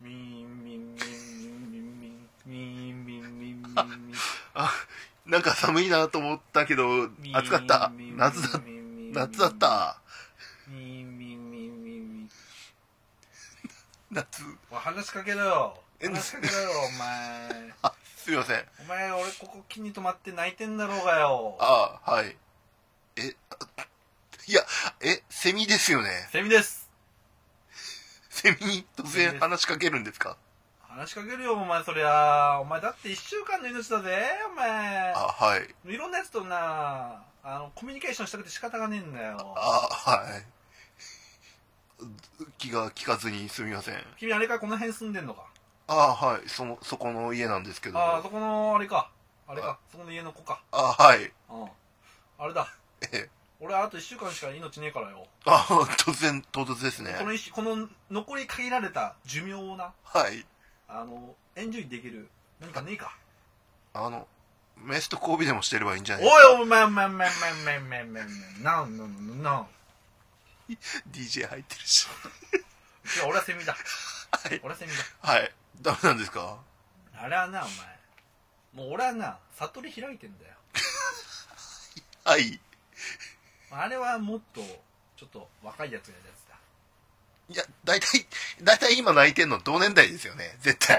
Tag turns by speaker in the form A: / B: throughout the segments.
A: ミンミンミンミンミンミンミンミンミンミンミン
B: あなんか寒いなと思ったけど
A: ミン
B: 暑かった
A: ミン
B: 夏だ
A: ミンミン
B: 夏だった
A: ミンミンミンミンミン
B: 夏
A: おい話しかけろよ
B: え
A: 話しかけろよお前
B: あすいません
A: お前俺ここ木に止まって泣いてんだろうがよ
B: あはいえあいやえセミですよね
A: セミです
B: セミに突然話しかけるんですか
A: 話しかけるよお前そりゃお前だって1週間の命だぜお前
B: あはい
A: いろんなやつとなあのコミュニケーションしたくて仕方がねえんだよ
B: あはい気が利かずにすみません
A: 君あれかこの辺住んでんのか
B: あはいそのそこの家なんですけど
A: ああ
B: あ
A: そこのあれかあれかそこの家の子か
B: はい
A: うんあれだ
B: え
A: 俺あと1週間しか命ねえからよ、
B: あ突然唐突ですね
A: この一週この残り限られた寿命をな
B: はい
A: あのエンジョイできる何かねえか
B: あのメスと交尾でもしてればいいんじゃ
A: お
B: ない
A: いお前お前お前お前お前お前お前なんなんなん
B: DJ 入ってるし
A: いや俺はセミだ
B: はい
A: 俺はセミ
B: はいダメなんですか
A: だあれはなお前もう俺はな悟り開いてんだよ
B: はい
A: あれはもっとちょっと若いやつがやるやつだ
B: いや大体大体今泣いてんの同年代ですよね絶対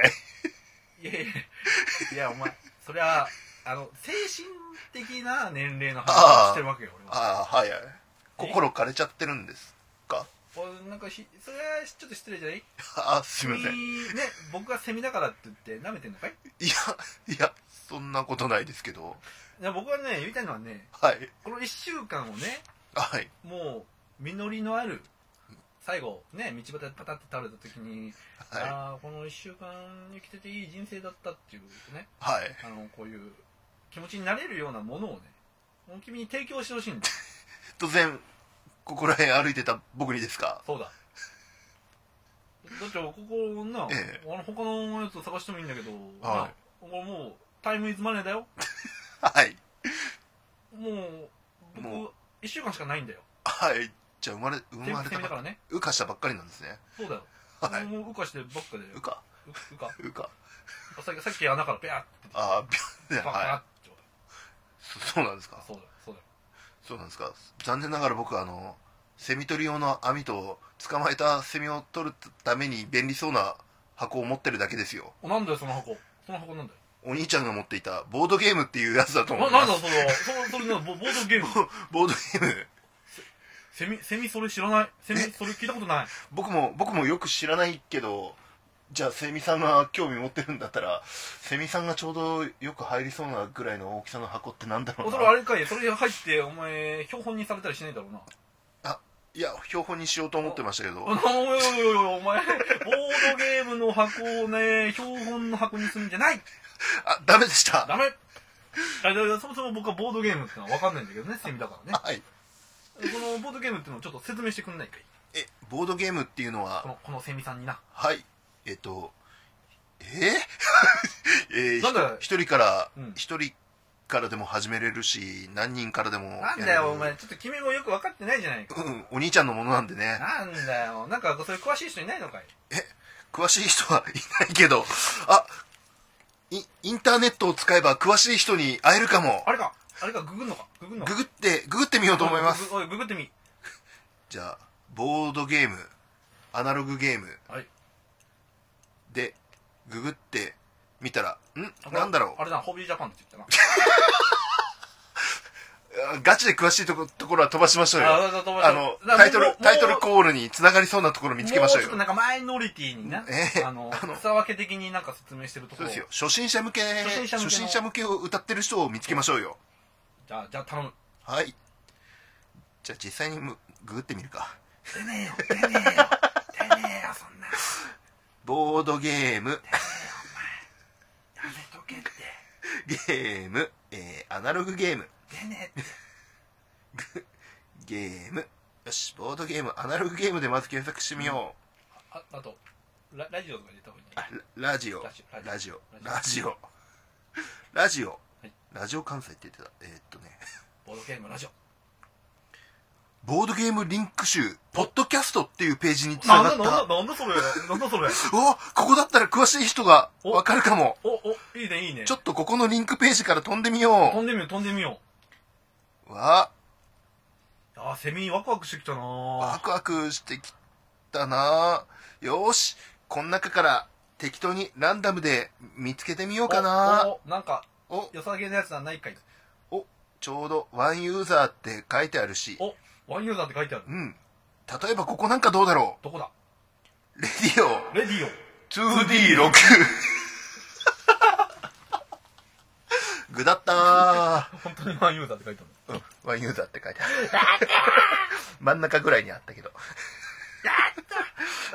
A: いやいやいやお前それはあの精神的な年齢の話をしてるわけよ俺は
B: ああはいはい心枯れちゃってるんですか
A: おなんかひそれはちょっと失礼じゃない
B: あすみませんい
A: 君ね僕がセミだからって言って舐めてんのかい
B: やいやそんなことないですけど
A: いや僕はね言いたいのはね
B: はい
A: この1週間をね
B: はい
A: もう実りのある最後ね道端でパタッて倒れた時に、
B: はい
A: ああこの1週間生きてていい人生だったっていうね
B: はい
A: あのこういう気持ちになれるようなものをねもう君に提供してほしいんだ
B: 突然ここら辺歩いてた僕にですか
A: そうだだってここな、
B: ええ
A: あの他のやつを探してもいいんだけど、
B: は
A: なこれもうタイムイズマネーだよ
B: はい
A: もう僕
B: も
A: 1週間しかないんだよ
B: はいじゃあ生まれ生
A: 手
B: ま
A: 打
B: れ
A: ち
B: た
A: だか
B: ばっ
A: らね
B: 羽化したばっかりなんですね
A: そうだよ、
B: はい
A: もう羽化してばっかで
B: 羽化
A: ううか
B: 羽化
A: あさっきさっき穴からペアって
B: ああび
A: パカ
B: は
A: ッて、
B: いそ そうなんですか
A: そうだよそうだよ
B: そうなんですか残念ながら僕はあのセミ取り用の網と捕まえたセミを取るために便利そうな箱を持ってるだけですよ
A: おなんだよその箱その箱なんだよ
B: お兄ちゃんが持っていたボードゲームっていうやつだと思
A: ないな
B: ま
A: ん
B: す
A: だそのそのそれなボボードゲーム
B: ボードゲーム
A: セミセミそれ知らないセミそれ聞いたこと ない
B: 僕も僕もよく知らないけどじゃあセミさんが興味持ってるんだったらセミさんがちょうどよく入りそうなぐらいの大きさの箱ってなんだろう
A: お
B: な
A: それあれかいそれ入ってお前標本にされたりしないだ ろうない
B: や標本にしようと思ってましたけど
A: おいおいおいおいお前ボードゲームの箱をね標本の箱にするんじゃない
B: あダメでした
A: ダメあだからそもそも僕はボードゲームってのは分かんないんだけどねセミだからね
B: はい
A: このボードゲームってのをちょっと説明してくんないかい
B: えボードゲームっていうの
A: こ
B: は
A: のこのセミさんにな
B: はいえっとえ ー、えー
A: なんだ
B: 一人から
A: うん
B: 一、人からでも始めれるし何人からでも
A: なんだ
B: やれる
A: よお前ちょっと君もよく分かってないじゃないか
B: うんお兄ちゃんのものなんでね
A: なんだよなんかそれ詳しい人いないのかい
B: 詳しい人はいないけど、あ、イインターネットを使えば詳しい人に会えるかも
A: あ。れかあれかググんのかググんのか
B: ググって、ググってみようと思います。
A: おいググってみ
B: じゃあ、ボードゲーム、アナログゲーム
A: はい
B: で、ググってみたら、んなんだろ
A: あれだホビージャパンって言っ
B: うあガチで詳しいとこ、ところは飛ばしたましょう
A: な
B: よ。
A: あだだだ
B: あの、
A: だ
B: タイト
A: も
B: ル
A: う、
B: タイトル
A: もう
B: コールに繋がりそうなところ見つけましょう
A: もうちょっと
B: よ。
A: なんかマイノリティにな、
B: ええ
A: あの
B: あの
A: 草分け的になんか説明してるとこ
B: そう
A: ろ
B: ですよ。初心者向け、
A: 初心者向けの
B: 初心者向けを歌ってる人を見つけましょうよ。
A: じゃあじゃあ頼む
B: はい。じゃあ実際にむググってみるか。
A: 出ねえよ出ねえよ出ねえよそんな
B: ボードゲーム、
A: やめとけって
B: ゲーム、えー、アナログゲーム、
A: 出ね えって
B: ゲーム。よし、ボードゲーム、アナログゲームでまず検索してみよ。
A: ああとララジオとか入れた方がいいうね
B: あララジオ
A: ラジ、オ
B: ラジオ、ラ
A: ラ
B: ジオ、ラジオ
A: い、
B: ラジオ関西って言ってた。えーっとね、
A: ボードゲームラジオ
B: ボードゲームリンク集、ポッドキャストっていうページに
A: なん
B: 繋が
A: だ
B: っ
A: なんだ
B: た。
A: なんだそれなんだそれ
B: おここだったら詳しい人が
A: お
B: わかるかも。
A: おおいいねいいね
B: ちょっとここのリンクページから飛んでみよ
A: 飛んでみよう飛んでみよ
B: う。わ
A: うあーセミワクワクしてきたな
B: あ、ワ
A: ー
B: クワクしてきたなよーし、この中から適当にランダムで見つけてみようかな
A: おおなんか
B: お
A: 良さげなやつはないかい
B: ちょうどワンユーザーって書いてあるし、
A: おワンユーザーって書いてある
B: うん。例えばここなんかどうだろ
A: どこだ
B: うレディオ
A: レディオ
B: 2D6 ぐだったー。
A: 本当にワンユーザーって書いてある
B: うん、ワンユーザーって書いてある。真ん中ぐらいにあったけど。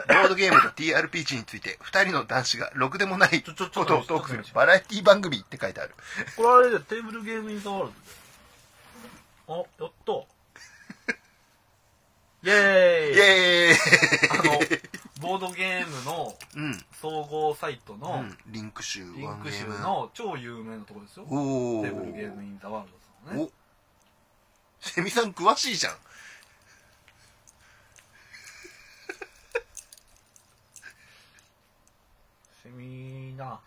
B: ボードゲームと TRPG について2人の男子がろくでもな
A: ち
B: いこ
A: ょちょち
B: と
A: ょ
B: をトークするバラエティ番組って書いてある。
A: これあれだよテーブルゲームインザワールドあやっ とイェーイ
B: イエ
A: あ
B: ーイ
A: のボードゲームの
B: うん、
A: 総合サイト
B: う
A: の
B: ん。リンク集、
A: リ
B: ワ
A: ン
B: ン
A: ク
B: ゲ
A: 集
B: ーム。
A: の超有名なところですよ
B: お
A: テーブルゲーム
B: ー。
A: インザワールドさんのね
B: おセミさん詳しいじゃん。
A: セミな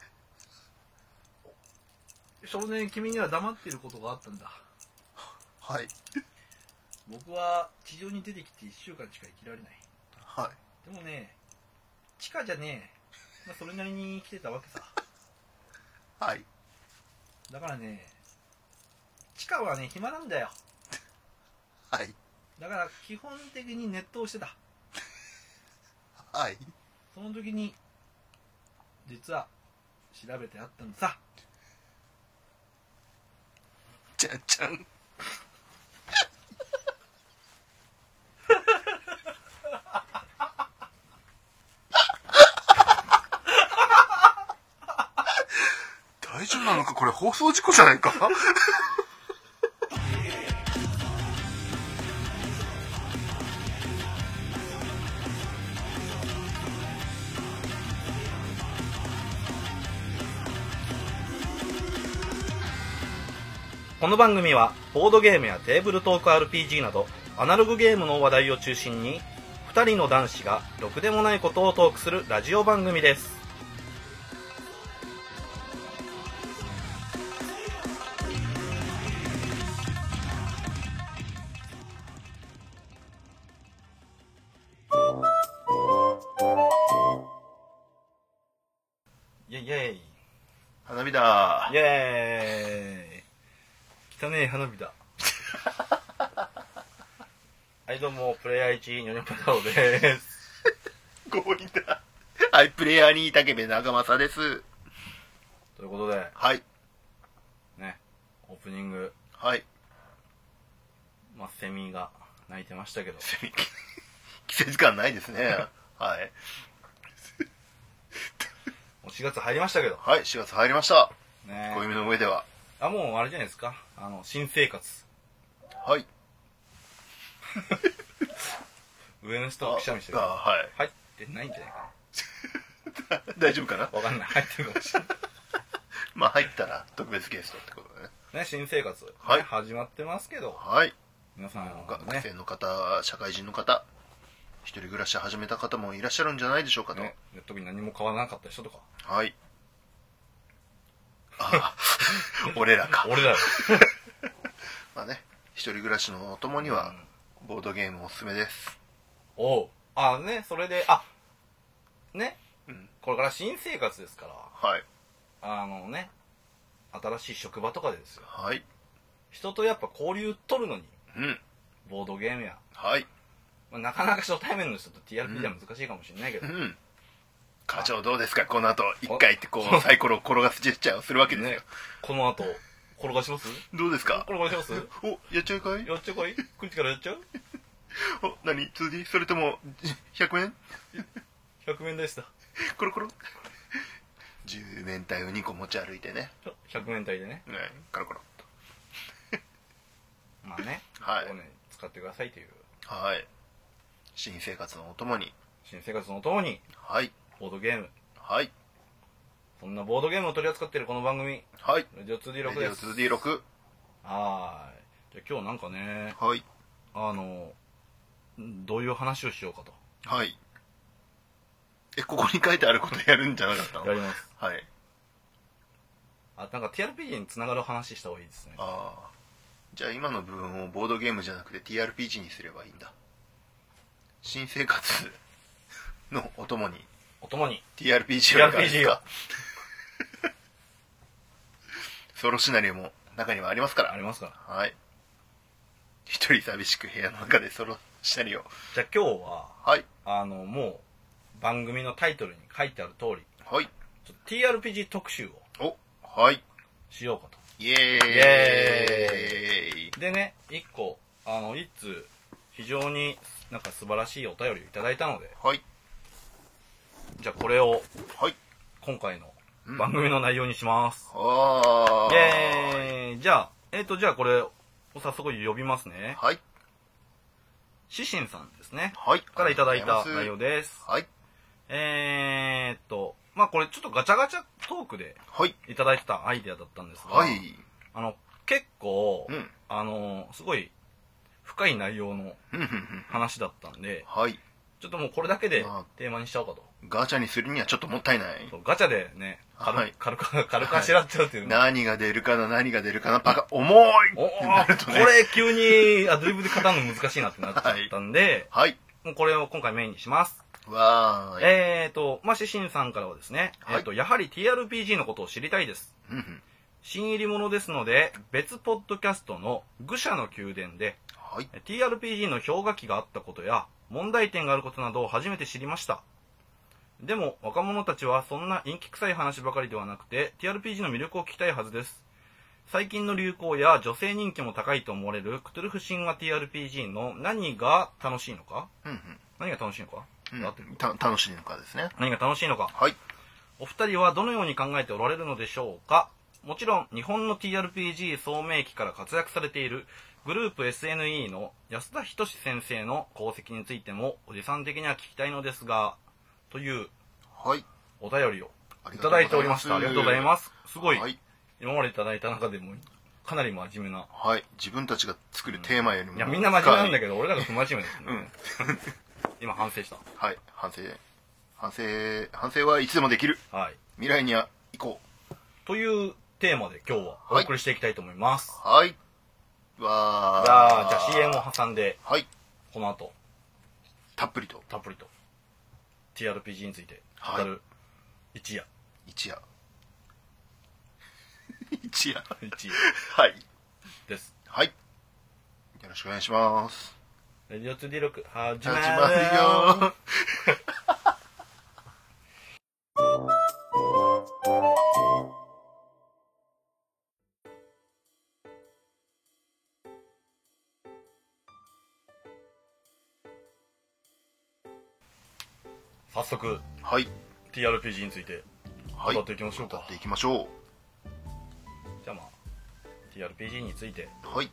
A: 少年君には黙っていることがあったんだ
B: はい。
A: 僕は地上に出てきて1週間しか生きられない
B: はい。
A: でもね地下じゃねえ、まあ、それなりに生きてたわけさ
B: はい。
A: だからね地下はね暇なんだよ
B: はい。
A: だから基本的にネットをしてた
B: はい。
A: その時に実は調べてあったのさ
B: じゃんじゃん。大丈夫なのかこれ放送事故じゃないか
A: この番組はボードゲームやテーブルトーク RPG などアナログゲームの話題を中心に2人の男子がろくでもないことをトークするラジオ番組ですイェイイェイ
B: 花火だ
A: イエーイ汚ねえ花火だはいどうもプレイヤー1ニョニョパタオです
B: 強引だはいプレイヤーに竹部長政です
A: ということで
B: はい
A: ねオープニング
B: はい
A: まあセミが鳴いてましたけど
B: セミ季節感ないですねはい
A: もう4月入りましたけど
B: はい4月入りました
A: ね
B: 暦の上では
A: あもうあれじゃないですかあの新生活
B: はい
A: 上の人
B: あ
A: はくしゃみしてる
B: あはい
A: 入ってないんじゃないか
B: 大丈夫かな
A: なわかんない入ってるかもしれ な
B: まあ入ったら特別ゲストってことだね
A: いね新生活、ね
B: はい
A: 始まってますけど
B: はい
A: 皆さんは
B: 学
A: ね
B: 生の方社会人の方一人暮らし始めた方もいらっしゃるんじゃないでしょうかと、
A: ね特に何も買わなかった人とか
B: はいあ あ俺らか
A: 俺だよ
B: まあね一人暮らしのお供にはボードゲームおすすめです
A: おうあねそれであね、
B: うん
A: これから新生活ですから
B: はい
A: あのね新しい職場とかでですよ
B: はい
A: 人とやっぱ交流取るのに
B: うん
A: ボードゲームや、
B: はい
A: まあ、なかなか初対面の人と TRP は難しいかもしれないけど
B: う、ん課長どうですかこの後一
A: お
B: 回って こうサイコロを転がすジェスチャーをするわけです
A: ね
B: よ、
A: この後転がします
B: どうですか
A: 転がします
B: おやっちゃうかい
A: やっちゃうかいくんちからやっちゃう
B: お何 2D それとも100円
A: ?100 面台した
B: コロコロ10面体を2個持ち歩いてね
A: 100面台でね
B: ねコロコロ
A: まあね、
B: はい
A: ここね使ってくださいという
B: はい新生活のお供に
A: 新生活のともに
B: はい
A: ボードゲーム
B: はい
A: そんなボードゲームを取り扱っているこの番組
B: はい
A: ラジオ
B: レ
A: 2D6
B: ディ
A: で
B: オ
A: す
B: 2D6
A: はーい。じゃあ今日なんかね、
B: はい
A: あの、どういう話をしようか
B: はい。え、ここに書いてあることやるんじゃなかった
A: と。や
B: の
A: ります。
B: はい。
A: あ、なんか TRPG につながる話した方がいいですね。
B: ああ。じゃあ今の部分をボードゲームじゃなくて TRPG にすればいいんだ。新生活のお供に
A: お供に。
B: TRPG はいかがです
A: TRPG
B: か
A: は。
B: ソロシナリオも中にはありますから
A: あ。りますから。
B: はい。一人寂しく部屋の中でソロシナリオ。
A: じゃあ今日は、
B: はい。
A: あの、もう、番組のタイトルに書いてある通り、
B: はい。
A: ちょっと TRPG 特集を
B: お、はい。
A: しようか
B: イエーイ
A: エと。でね、一個、あの、一通、非常になんか素晴らしいお便りをいただいたので、
B: はい。
A: じゃあこれを
B: はい。
A: 今回の
B: うん
A: 番組の内容にします。
B: あ
A: イ
B: ー。
A: エーイじゃあ、えっ、と、じゃあこれを早速呼びますね。
B: はい。
A: シシンさんですね。
B: はい。
A: からいただいた内容
B: で。
A: です。
B: はい。
A: えーっと、まあこれちょっとガチャガチャトークで
B: はい。
A: いただいてたアイデアだったんですが、
B: はい。
A: あの、結構、
B: うん。
A: あの、すごい深い内容の
B: うんうんうん
A: 話だったんで、
B: はい。
A: ちょっともうこれだけで
B: あ
A: テーマにしちゃおうかと。
B: ガチャにするにはちょっともったいない。
A: そうガチャでね、軽,、
B: はい
A: 軽く、軽くあしらっちゃうっていうの。
B: 何が出るかな、何が出るかな、パカ、重い
A: おお
B: ってなると
A: こ
B: ね。
A: れ急にアドリブで語るの難しいなってなっちゃったんで、
B: はい。
A: もうこれを今回メインにします。
B: わーい。
A: えーと、まあ、シシンさんからはですね、
B: はい
A: えーと、やはり TRPG のことを知りたいです。
B: うんうん
A: 新入り者ですので、別ポッドキャストの愚者の宮殿で、
B: はい。
A: TRPG の氷河期があったことや、問題点があることなどを初めて知りました。でも、若者たちはそんな陰気臭い話ばかりではなくて、TRPG の魅力を聞きたいはずです。最近の流行や女性人気も高いと思われるクトゥルフ神話 TRPG の何が楽しいのか
B: うん
A: 何が楽しいのか、
B: うん
A: 合ってる
B: うん。た楽しいのかですね。
A: 何が楽しいのか
B: はい。
A: お二人はどのように考えておられるのでしょうかもちろん日本の TRPG 創明期から活躍されているグループ SNE の安田仁志先生の功績についてもおじさん的には聞きたいのですがという
B: はい。
A: お便りを
B: あり
A: い
B: がと
A: た
B: う
A: だ
B: ございま
A: い
B: す
A: ておりましたありがとうございますすごい、
B: はい。
A: 今までいただいた中でもかなり真面目な
B: はい。自分たちが作るテーマよりも。
A: いやみんな真面目なんだ
B: け
A: けど俺らが不真面目ですね、
B: うん
A: 今反省した
B: はい。反省。反省、反省はいつでもできる。
A: はい
B: 未来には行こう。
A: というテーマで今日はお送りしていきたいと思います、
B: はい。わー。
A: じゃあじゃあ CM を挟んで
B: はい。
A: この後
B: たっぷりと。
A: たっぷりと TRPG について語る一夜、
B: 一夜。 一夜。
A: 一夜
B: はい。
A: です。
B: はい。よろしくお願いします。
A: レディオ2 d 6始
B: 始
A: まる
B: まる
A: よ
B: よ
A: 早速
B: はい。
A: TRPG について
B: はい。
A: 語っていきましょうか
B: 語っていきましょ
A: じゃあまあ TRPG について
B: う。はい。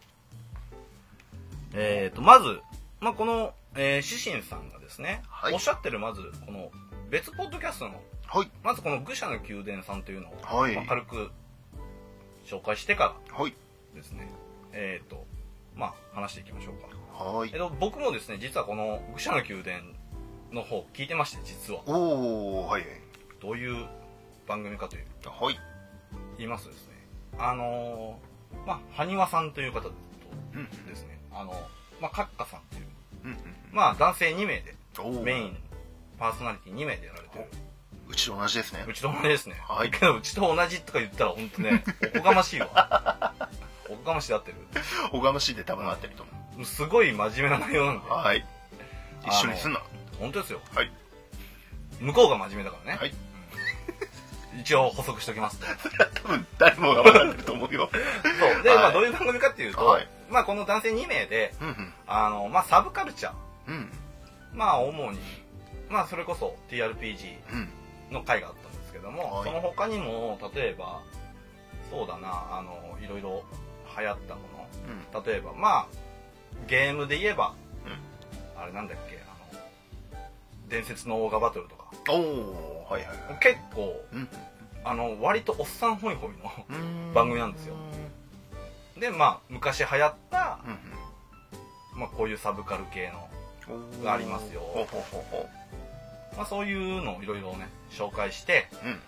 A: えーとまず、まあ、この、えー、シシンさんがですね、
B: はい
A: おっしゃってるまずこの別ポッドキャストの
B: はい。
A: まずこの愚者の宮殿さんというのを、
B: はい
A: まあ軽く紹介してか
B: はい。
A: らですねえーとまあ話していきましょうか
B: は
A: えっ
B: い。
A: と、僕もですね実はこの愚者の宮殿の方聞いてまして実は
B: おー、はい。
A: どういう番組かという
B: はい。
A: 言いますとですねあのーまあ埴輪さんという方と
B: うん。
A: ですねあのまあ閣下さんという
B: うん。
A: まあ男性2名で
B: うん。おー。
A: メインパーソナリティ2名でやられてる
B: うちと同じですね
A: う。ちと同じですね、
B: はい
A: けどうちと同じとか言ったら本当ねおこがましいわおこがましいで合ってる
B: おがましいで多分合ってると思
A: もうすごい真面目な内容なんで
B: う。はい。一緒にすんな。
A: 本当ですよ
B: はい。
A: 向こうが真面目だからね、
B: はい。
A: 一応補足しておきますと
B: 多分誰もが笑ってると思うよ。
A: そう。で、
B: はい
A: まあ、どういう番組かっていうと、
B: はい
A: まあ、この男性2名で、
B: うんうん。
A: あの、まあ、サブカルチャー、
B: うん。
A: まあ、主に、まあ、それこそ TRPG
B: うん。
A: の回があったんですけども、
B: はい
A: その他にも、例えば、そうだな、あの、いろいろ流行ったも
B: う
A: の、
B: ん。
A: 例えば、まあ、ゲームで言えば、あれなんだっけ、あの、伝説のオーガバトルとか、
B: おー、はいはいはい。
A: 結構、
B: うん。
A: あの、割とおっさんホイホイの
B: うん
A: 番組なんですよ。で、まあ、昔流行った
B: う、んうん。
A: まあ、こういうサブカル系のがありますよ
B: ほうほうほうほ
A: まあ、そういうのをいろいろね紹介して
B: ううん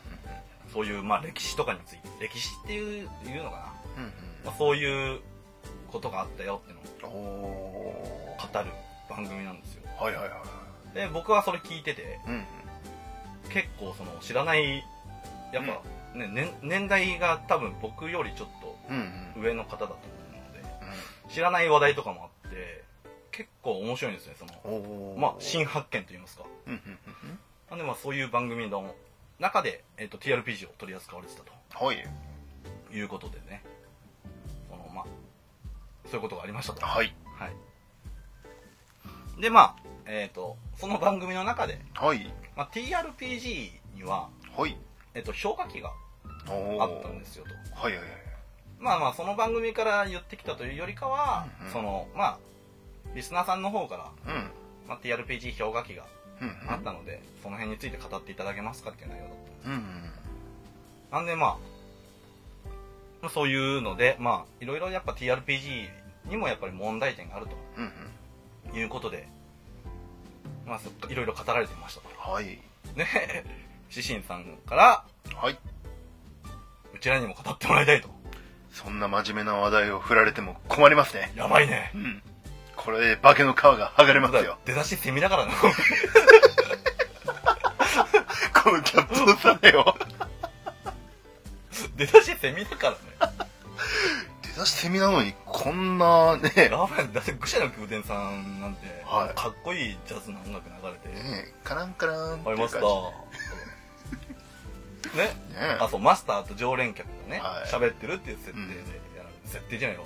A: そういうまあ歴史とかについて歴史っていういうのかな、
B: うん
A: まあ、そういうことがあったよってのを
B: うんお
A: 語る番組なんですよ
B: ーはいはいはいは
A: で僕はそれ聞いてて
B: いうん
A: 結構その知らないやっぱ、ね年年代が多分僕よりちょっ
B: うんうん
A: と上の方だと思うので
B: うん
A: 知らない話題とかもあって結構面白いんですねその
B: おー
A: まあ新発見といいますか
B: うんうんうんうん
A: なんでまあそういう番組の中で、えっと TRPG を取り扱われてたと
B: はい
A: いうことでねそのまあそういうことがありましたと
B: はい
A: はいでまあえっ、とその番組の中で、
B: はい
A: まあ、TRPG には、
B: はい
A: えっと評価機が
B: おー
A: あったんですよと
B: はいはいはい
A: まあまあその番組から言ってきたというよりかは、
B: うんうん
A: そのまあリスナーさんの方から、
B: うん
A: まあ、TRPG 氷河期が
B: うんうん
A: あったので、その辺について語っていただけますかっていう内容だったんです
B: うんうん
A: なんでまあまあそういうのでまあいろいろやっぱ TRPG にもやっぱり問題点がある
B: うんうん
A: ということでまあそっかいろいろ語られてましたと
B: はい
A: ね シシンさんから
B: はい
A: うちらにも語ってもらいたいと
B: そんな真面目な話題を振られても困りますね
A: やばいね
B: うんこれで化けの皮が剥がれますよ
A: 出だしセミだからね
B: このギャップの差だよ
A: 出だしセミだからね
B: 出だしセミなのにこんなねね
A: ラーメンだって愚者の宮殿さんなんて、
B: はい
A: かっこいいジャズの音楽流れて
B: カランカランって
A: あ
B: い
A: りま
B: う
A: した
B: 感
A: ね
B: じね
A: あとマスターと常連客がね
B: はい
A: 喋、ってるっていう設定でやられて、設定じゃないよ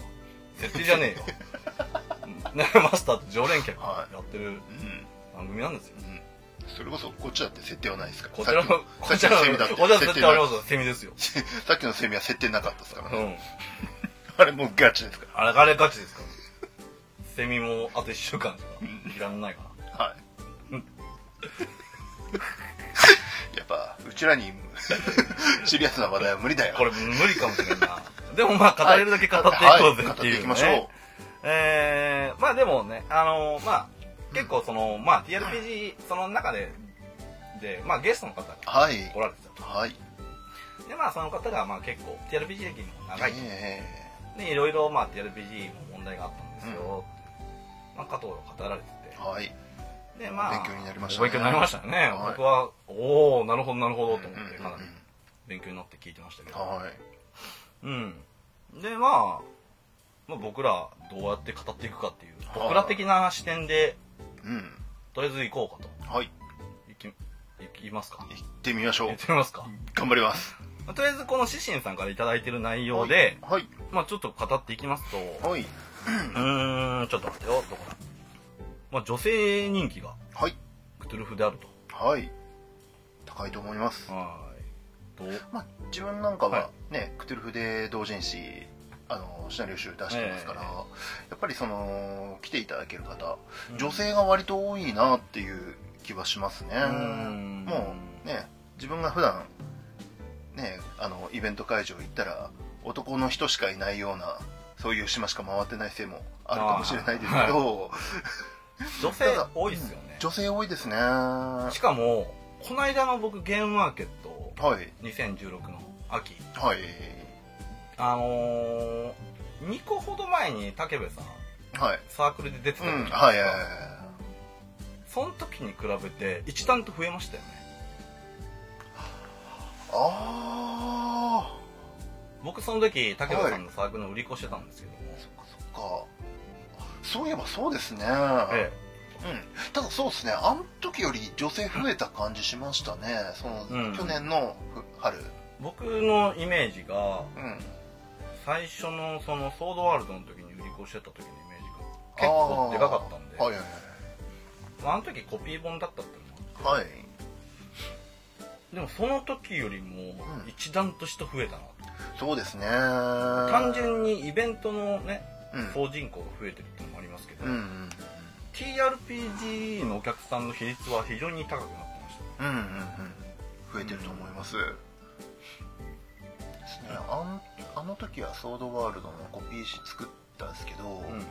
A: 設定じゃね えよねマスターと常連客がやってる
B: うん
A: 番組なんですよ、
B: うんそれこそこっちだって設定はないですから
A: こちらの
B: さっき
A: こちらの
B: さっきのセミだって
A: こちらの
B: 設
A: 設
B: 定
A: 定あ
B: な
A: り
B: い
A: ますよセミですよ、
B: さっきのセミは設定なかったですから
A: う
B: ね、
A: ん
B: あれもうガチですか
A: あれあれガチですからセミもあと1週間しかいらんないから
B: らはい やっぱうちらに シリアスな話題は無理だよ
A: これ無理かもしれんなでもまあ語れるだけ語っていこうぜっていう、ね
B: はい語っていきましょ
A: えーまあでもねあのまあ結構その、まあ TRPG その中でで、まあ、ゲストの方が
B: うはい
A: 来られてた
B: はい
A: とでまあその方がまあ結構 TRPG 歴も長い
B: え
A: でいろいろまあ TRPG も問題があったんですよ、まあ、加藤が語られて
B: えはい
A: てでまあ
B: 勉強になりましたね
A: 勉強になりましたね、
B: い
A: 僕はおおなるほどなるほどと思って
B: うん
A: かなり勉強になって聞いてましたけど、
B: はい
A: うん、で、まあ、まあ僕らどうやって語っていくかっていう僕ら的な視点で
B: うん
A: とりあえず行こうか
B: はい
A: といきいきますか
B: 行ってみましょ
A: 行
B: う
A: ってみますか、
B: 頑張ります
A: まあとりあえずこの獅子さんから頂いいてる内容で、
B: はい
A: まあ、ちょっと語っていきますとう
B: はい
A: ーんちょっと待ってよどこだ、まあ、女性人気が
B: はい
A: クトゥルフであると
B: はい高いと思います
A: はーいと
B: まあ、自分なんか
A: は
B: はね、クトゥルフで同人誌あのシナリオ集出してますから、
A: ええ
B: やっぱりその来ていただける方
A: うん
B: 女性が割と多いなっていう気はしますね、
A: ん
B: もうね自分が普段ねあのイベント会場行ったら男の人しかいないようなそういう島しか回ってないせいもあるかもしれないですけど、
A: 女性多いっすよね
B: 女性多いですねは
A: しかもこの間の僕ゲームマーケット
B: いはい
A: 2016の秋あのー、2個ほど前に武部さん
B: はい
A: サークルで出てた
B: う
A: じゃない
B: ん
A: ですか
B: はいはいはい
A: その時に比べて一段と増えましたよね
B: ああ
A: 僕その時武部さんのサークルの売り子してたんですけども、
B: そっかそっかそういえばそうですね、
A: え
B: うん、ただそうですねあの時より女性増えた感じしましたねその、
A: うん
B: 去年の春
A: え僕のイメージが
B: うん
A: 最初のそのソードワールドの時に売り子してた時のイメージが結構でかかったんで
B: あーはいはい
A: まあ、あの時コピー本だったっていうのも
B: はいはい
A: でもその時よりも
B: うん
A: 一段として増えたなと、
B: そうですね
A: 単
B: 単
A: 純にイベントのね
B: うん
A: 総人口が増えてるっていうのもありますけど、
B: うん
A: TRPG のお客さんの比率は非常に高くなってました
B: うんうんうんうん増えてると思います、ですねあんあの時はソードワールドのコピー誌作ったんですけど、
A: うん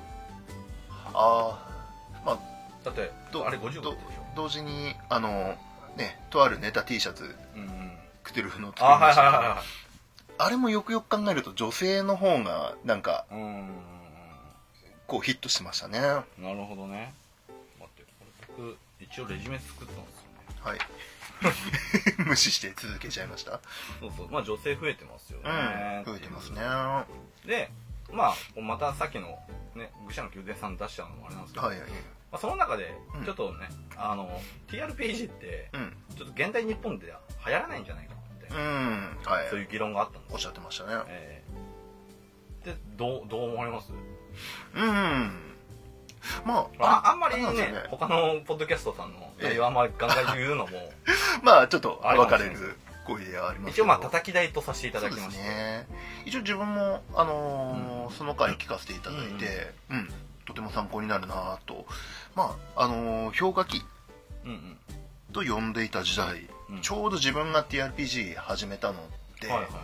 B: ああまあ
A: だって
B: ど
A: あれ50
B: ど
A: 個でし
B: 同時にあのねとあるネタ T シャツ
A: ょ、うんうん、
B: クテルフの作り
A: あはい
B: ました
A: は
B: け
A: い
B: ど
A: はいはい
B: あれもよくよく考えると女性の方がなんか
A: うーん
B: こうヒットしてましたね
A: なるほどね待ってこれ僕一応レジュメ作ったんですよね
B: はい 無視して続けちゃいました
A: そうそうまあ女性増えてますよ
B: う
A: ね
B: ん、増えてますね
A: でまあまたさっきのね愚者の宮殿さん出したのもあれなんですけど、
B: はいはい
A: まあ、その中で
B: うん
A: ちょっとね、あの TRPG って
B: うん
A: ちょっと現代日本では流行らないんじゃないかみたい
B: う
A: な、
B: んは
A: そうい
B: いう
A: 議論があったんです
B: お
A: よ、
B: っしゃってましたね
A: ええでどうどう思われます
B: うんまあ
A: ああんまり
B: な
A: ね
B: ですよ
A: 他のポッドキャストさんの内容あんまりガンガン言うのも
B: まあちょっと
A: あれかも
B: 分か
A: しれ
B: れ
A: ない
B: ずこういうありますけ
A: 一応
B: ど
A: まあ叩き台とさせていただきまし
B: そう
A: て、
B: ですね一応自分も、あのーその回聞かせていただいて、うんとても参考になるなとまああのー氷河期
A: うんうん
B: と呼んでいた時代、
A: うん
B: ちょうど自分が TRPG 始めたので、
A: はいはいはい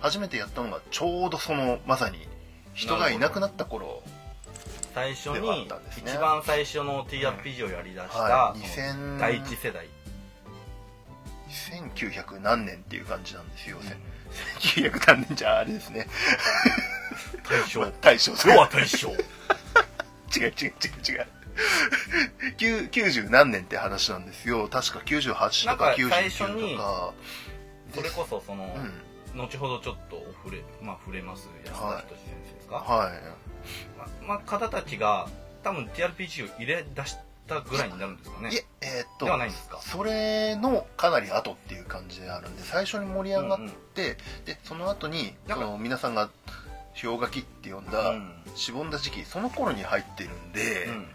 B: 初めてやったのがちょうどそのまさに人がいなくなった頃、
A: 最初
B: ではあ
A: に
B: ったんですね
A: 一番最初の TRPG をやりだした、
B: はい、
A: その
B: 2000
A: 第一世代
B: 1900何年っていう感じなんですよ、1900何年じゃあれですね
A: 大正
B: まあ大正
A: 要は大 正
B: 違う違う違う違うきゅ90何年って話なんですよ確か98
A: なん
B: とか
A: か最初
B: 99
A: に
B: とか
A: それこそその、
B: うん
A: 後ほどちょっと触れ,、まあ、触れます安田仁志先生ですか、
B: はい
A: ままあ、方たちが多分 TRPG を入れ出したぐらいになるんですかね
B: いええーっと
A: ではないんですか
B: それのかなり後っていう感じであるんで最初に盛り上がって、
A: うんうん
B: でその後に
A: だ
B: そ
A: から
B: の皆さんが氷河期って呼んだ、
A: うん
B: しぼんだ時期その頃に入ってるんで、
A: うん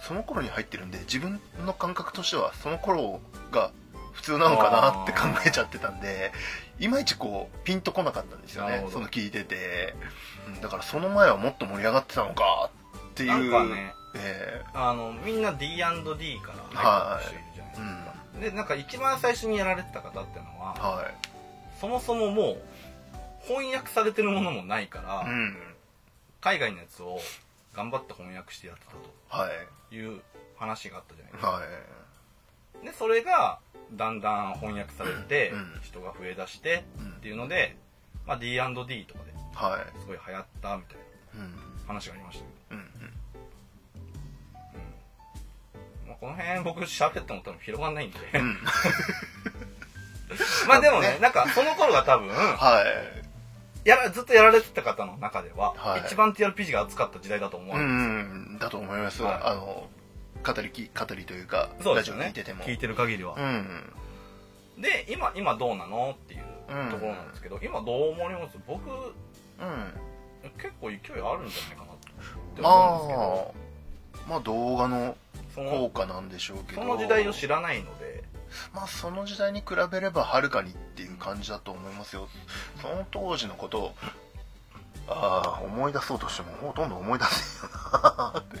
B: その頃に入ってるんで自分の感覚としてはその頃が普通なのかなって考えちゃってたんでいまいちこうピンとこなかったんですよ
A: なる
B: ね
A: ほど
B: その聞いててうんだからその前はもっと盛り上がってたのかって
A: ないん
B: う
A: かね
B: え
A: あのみんな D&D から入っ
B: はい
A: てる人いるじゃないで
B: え
A: すか、で
B: うん
A: なんか一番最初にやられてた方っていうのは、
B: は
A: そもそももう翻訳されてるものもないから、
B: いうん
A: 海外のやつを頑張って翻訳してやってた
B: はい
A: という話があったじゃないですか
B: は
A: でそれがだんだん翻訳されて
B: うん
A: 人が増えだして
B: い、う
A: っ
B: ん
A: ていうので、まあ、D&D とかで
B: はい
A: すごい流行ったみたいな
B: うん
A: 話がありましたけ
B: うん
A: ど、うんまあ、この辺僕喋っても多分広がんないんで
B: うんうん
A: まあでも
B: そう
A: ね
B: ね
A: なんかその頃が多分
B: はい
A: やらずっとやられてた方の中では、
B: はい
A: 一番 TRPG が熱かった時代だと思わ
B: う
A: れる、
B: んだと思います、
A: はい
B: あの語りき語りというか
A: そうで
B: ラ
A: す
B: ジオ
A: よ
B: 聞い
A: ね
B: てても
A: てる限りは
B: う、ん
A: で今今どうなのっていうところなんですけど、今どう思われます僕
B: うん
A: 結構勢いあるんじゃないかなって思うん
B: ああまあ動画の
A: ですけどそ
B: 効
A: の
B: 果なんでしょうけど
A: その時代を知らないので
B: まあその時代に比べればはるかにっていう感じだと思いますよその当時のことをああ思い出そうとしてもほとんど思い出せないよなって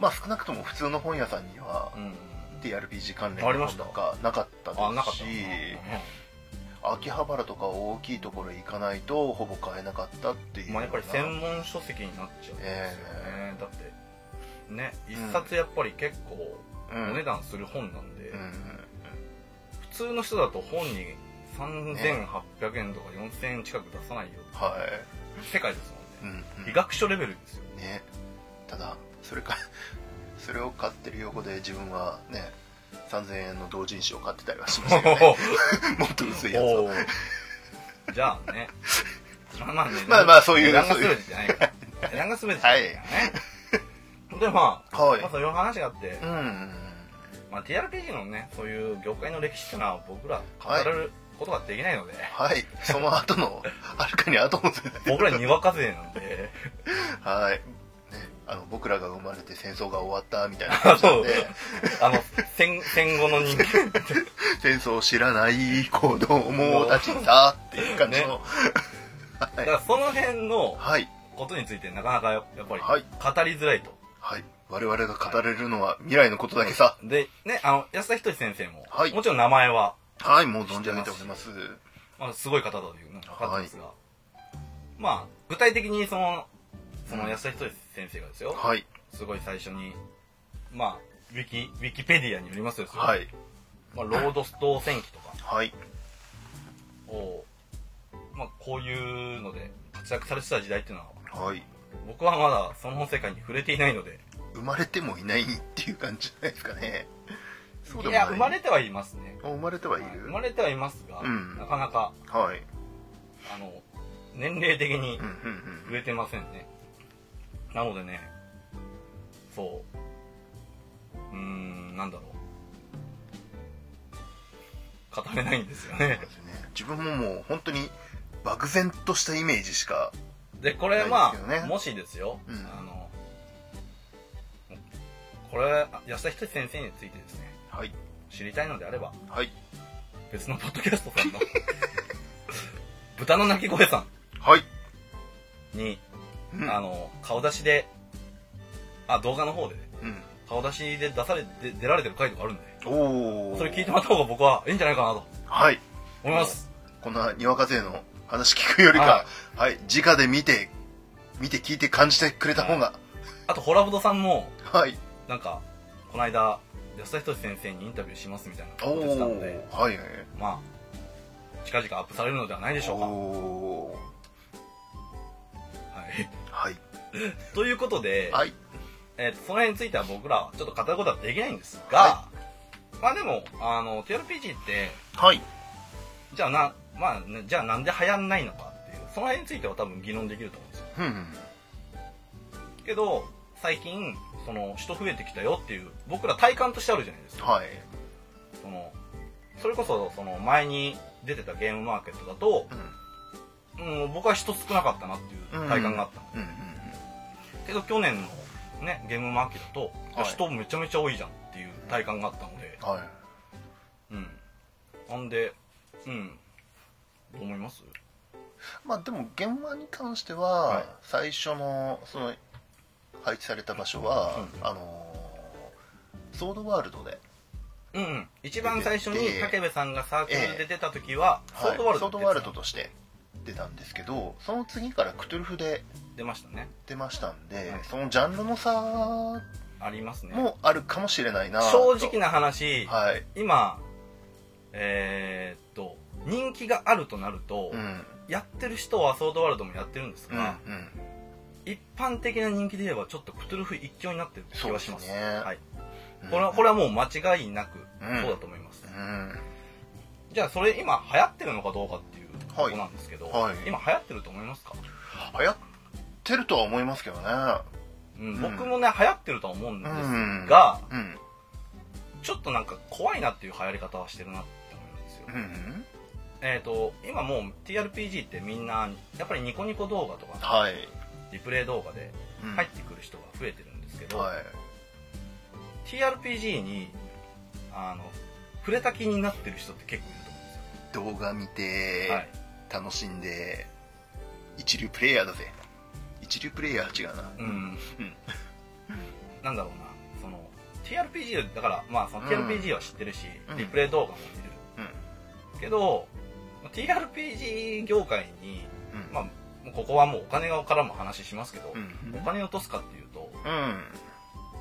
B: まあ少なくとも普通の本屋さんには
A: うん
B: TRPG 関連の本とかなかった
A: あなか
B: です
A: った
B: し
A: な
B: 秋葉原とか大きいところへ行かないとほぼ買えなかったっていう
A: まあ、やっぱり
B: ような
A: 専門書籍になっちゃうんですよね、
B: え
A: だってね
B: ん
A: 一冊やっぱり結構お
B: うん
A: 値段する本なんで、
B: うん
A: 普通の人だと本に3800円とか4000円近く出さないよ
B: は
A: 世界ですもん
B: い、うん
A: ね医学書レベルです よ
B: ねただそれか それを買ってる横で自分はね3000円の同人誌を買ってたりはしましたけど ねもっと薄いやつを
A: おーじゃあねまあまあね
B: まあまあそういう
A: 値段が全てじゃないか ら値段が全てじゃないからね、でまあ、
B: はい
A: まあそういう話があって
B: う、ん
A: まあ、TRPG のねそういう業界の歴史っていうのは僕ら語られることができないので、
B: はいその後の はるかに後の世代
A: 僕らにわか勢なん で
B: はい、ね、あの僕らが生まれて戦争が終わったみたいな感 じなんで
A: あの戦戦後の人 間
B: 戦争を知らない子供たちだっていう感じの、
A: だからその辺の
B: はい
A: ことについてなかなかやっぱり
B: はい
A: 語りづらいと、
B: はい我々が語れるのは未来のことだけさ
A: でねあの安田仁志先生も、
B: はい
A: もちろん名前は
B: はいもう存じ上げております
A: まあ、すごい方だというのが分かったんですが、まあ具体的にそのその安田仁志先生がですよ、
B: はい
A: すごい最初にまあウィキウィキペディアによりますよ、それ
B: はい
A: まあ、ロードストー戦記とか
B: はい
A: を、まあ、こういうので活躍されてた時代っていうのは
B: はい
A: 僕はまだその世界に触れていないので
B: 生まれてもいないっていう感じじゃないですかねそうでもない
A: や生まれてはいますね
B: あ生まれてはい
A: はい
B: る
A: 生まれてはいますが、
B: うん
A: なかなか
B: はい
A: あの年齢的に
B: うんうん
A: 触れてませんねなのでねそううーんなんだろう語れないんですよ
B: うん
A: ね
B: そうですね自分ももう本当に漠然としたイメージしか
A: でこれま
B: ないですけ
A: あ
B: どね
A: もしですよ、
B: うん
A: あのこれあ安田仁先生についてですね
B: はい
A: 知りたいのであれば
B: はい
A: 別のポッドキャストさん の豚の鳴き声さ
B: はい、
A: んに
B: うん、
A: あの顔出しであ動画の方でね
B: うん
A: 顔出しで出されて出られてる回とかあるんで
B: おお
A: それ聞いてもらった方が僕はいいんじゃないかなと
B: はい
A: 思います
B: こんなにわか勢の話聞くよりかはい、直で見て見て聞いて感じてくれた方が
A: あとホラボドさんも
B: はい、
A: なんかこの間安田仁先生にインタビューしますみたいな
B: お
A: ことでしたので
B: おはいはい
A: まあ近々アップされるのではないでしょうか
B: お
A: は
B: お
A: い
B: はい
A: ということで、
B: はい
A: えーとその辺については僕らはちょっと語ることはできないんですが、
B: は
A: まあでもあの TRPG って
B: はい
A: じゃあな、まあね、じゃあなんで流行んないのかっていう、その辺については多分議論できると思うんですよ。
B: うんうん
A: けど、最近、その、人増えてきたよっていう、僕ら体感としてあるじゃないですか。
B: はい
A: その、それこそ、その、前に出てたゲームマーケットだと、うん、僕は人少なかったなっていう体感があったの。
B: うんうん
A: けど、去年のね、ゲームマーケットだと、
B: はい
A: 人めちゃめちゃ多いじゃんっていう体感があったので
B: う、んはい
A: うん。なんで、うん、どう思います
B: まあでも現場に関して
A: はい
B: は最初のその配置された場所は、
A: う
B: あのーソードワールドで
A: うんうん、一番最初に
B: で
A: 武部さんがサークルで出た時は、ソードワー
B: はい
A: ル
B: ソ
A: ドって
B: ード
A: やつ
B: ワールドとして出たんですけどその次からクトゥルフで
A: 出ましたね
B: 出ましたんで、
A: はい
B: そのジャンルの差
A: ありますね
B: もあるかもしれないな
A: 正直な
B: な
A: 話、
B: はい
A: 今えーっと人気があるとなると、
B: うんうん
A: やってる人はソードワールドもやってるんです
B: う
A: が、
B: ん
A: 一般的な人気で言えばちょっとクトゥルフ一強になってる気がします
B: そうですね
A: はい、
B: うん
A: これはこれはもう間違いなく
B: うん
A: そうだと思います、
B: うん
A: じゃあそれ今流行ってるのかどうかっていうとこ
B: はい
A: となんですけど、
B: はい
A: 今流行ってると思いますか、
B: 流行ってるとは思いますけどね
A: うん
B: うん
A: 僕もね流行ってるとは思うんで
B: う
A: す
B: ん
A: が、
B: うん
A: ちょっとなんか怖いなっていう流行り方はしてるなって思うんですよ、
B: うん
A: えっ、と今もう TRPG ってみんなやっぱりニコニコ動画とか
B: はい
A: リプレイ動画で
B: うん
A: 入ってくる人が増えてるんですけど、
B: はい
A: TRPG にあの触れた気になってる人って結構いると思うんですよ、
B: 動画見て、
A: はい、
B: 楽しんで一流プレイヤーだぜ一流プレイヤーは違うな
A: うん、なんだろうなその TRPG だからまあその TRPG は知ってるし、
B: うん
A: リプレイ動画も見る
B: うん
A: けど TRPG 業界に、
B: うん
A: まあ、もうここはもうお金からも話しますけど、
B: うん
A: お金を落とすかっていうと
B: うん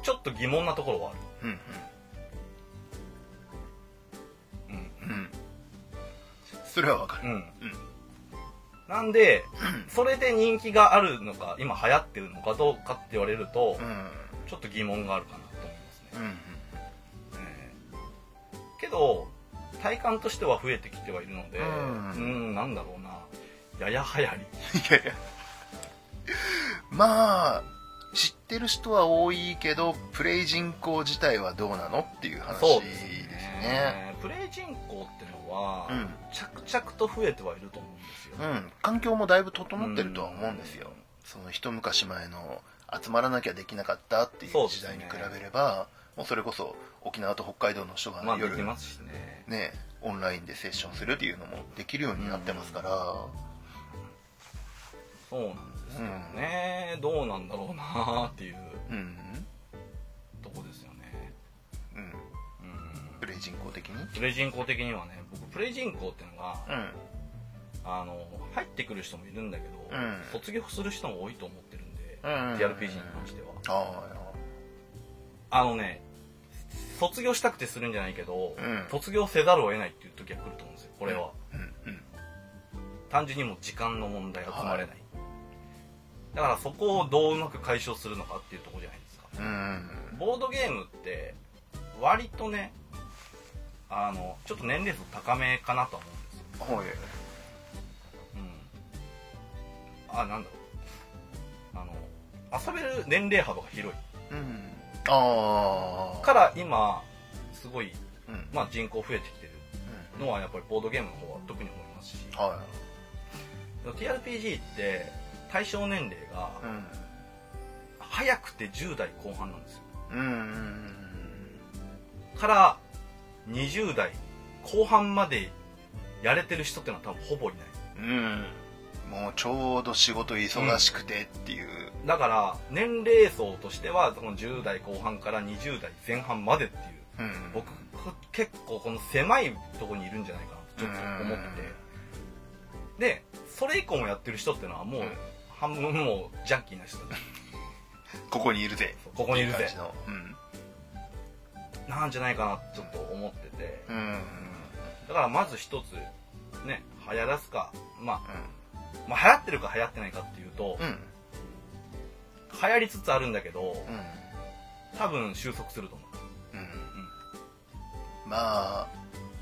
A: ちょっと疑問なところはある、
B: うん
A: うん
B: うんそれはわかる
A: うんなんでそれで人気があるのか今流行ってるのかどうかって言われると、
B: うん
A: ちょっと疑問があるかなと思います
B: う
A: ね、
B: ん
A: えーけど体感としては増えてきてはいるのでう
B: うん
A: ーんなんだろうなやや流行り
B: いやいやまあ知ってる人は多いけどプレイ人口自体はどうなのっていう話ですね
A: プレイ人口ってのは、
B: うん
A: 着々と増えてはいると思うんですよ、
B: うん環境もだいぶ整ってるとは思うんですよその一昔前の集まらなきゃできなかったってい
A: そう
B: う
A: です
B: 時
A: ね
B: 代に比べればもうそれこそ沖縄と北海道の人が
A: まあで
B: 夜
A: きますしね
B: ねオンラインでセッションするっていうのもできるようになってますから
A: そうなんですけどね、どうなんだろうなーっていう
B: うん
A: とこですよね
B: うん
A: うん
B: プレイ人口的に
A: プレイ人口的にはね僕プレイ人口ってのが、
B: うん
A: あの入ってくる人もいるんだけど、
B: うん
A: 卒業する人も多いと思ってるんで、
B: うん
A: TRPG に関しては
B: ああ
A: あのね卒業したくてするんじゃないけど、
B: うん
A: 卒業せざるを得ないっていう時は来ると思うんですよこれは、
B: うんうん
A: 単純にもう時間の問題が積まれない、だからそこをどううまく解消するのかっていうところじゃないですか
B: うん
A: ボードゲームって割とねあのちょっと年齢層高めかなとは思うんですよ
B: ほい
A: うんあなんだろうあの遊べる年齢幅が広い
B: うんああ
A: から今すごい、
B: うんうん
A: まあ、人口増えてきてるのはやっぱりボードゲームの方は特に思いますし
B: は
A: TRPG って対象年齢が
B: いうん
A: 早くて10代後半なんですよ
B: うんうん
A: から20代後半までやれてる人ってのは多分ほぼいない
B: うんもうちょうど仕事忙しくてっていう
A: だから年齢層としてはこの10代後半から20代前半までっていう
B: うん
A: 僕結構この狭いとこにいるんじゃないかなとちょっと思っててでそれ以降もやってる人ってのはもう
B: うん
A: 半分もうジャンキーな人だ
B: ここにいるぜ
A: ここにいる
B: って感
A: ぜ
B: じのうん
A: なんじゃないかなってちょっと思ってて
B: うんうん
A: だからまず一つね流行らすか、まあ、まあ流行ってるか流行ってないかっていうと
B: うんうん
A: 流行りつつあるんだけど
B: うん
A: 多分収束すると思う
B: うんまあ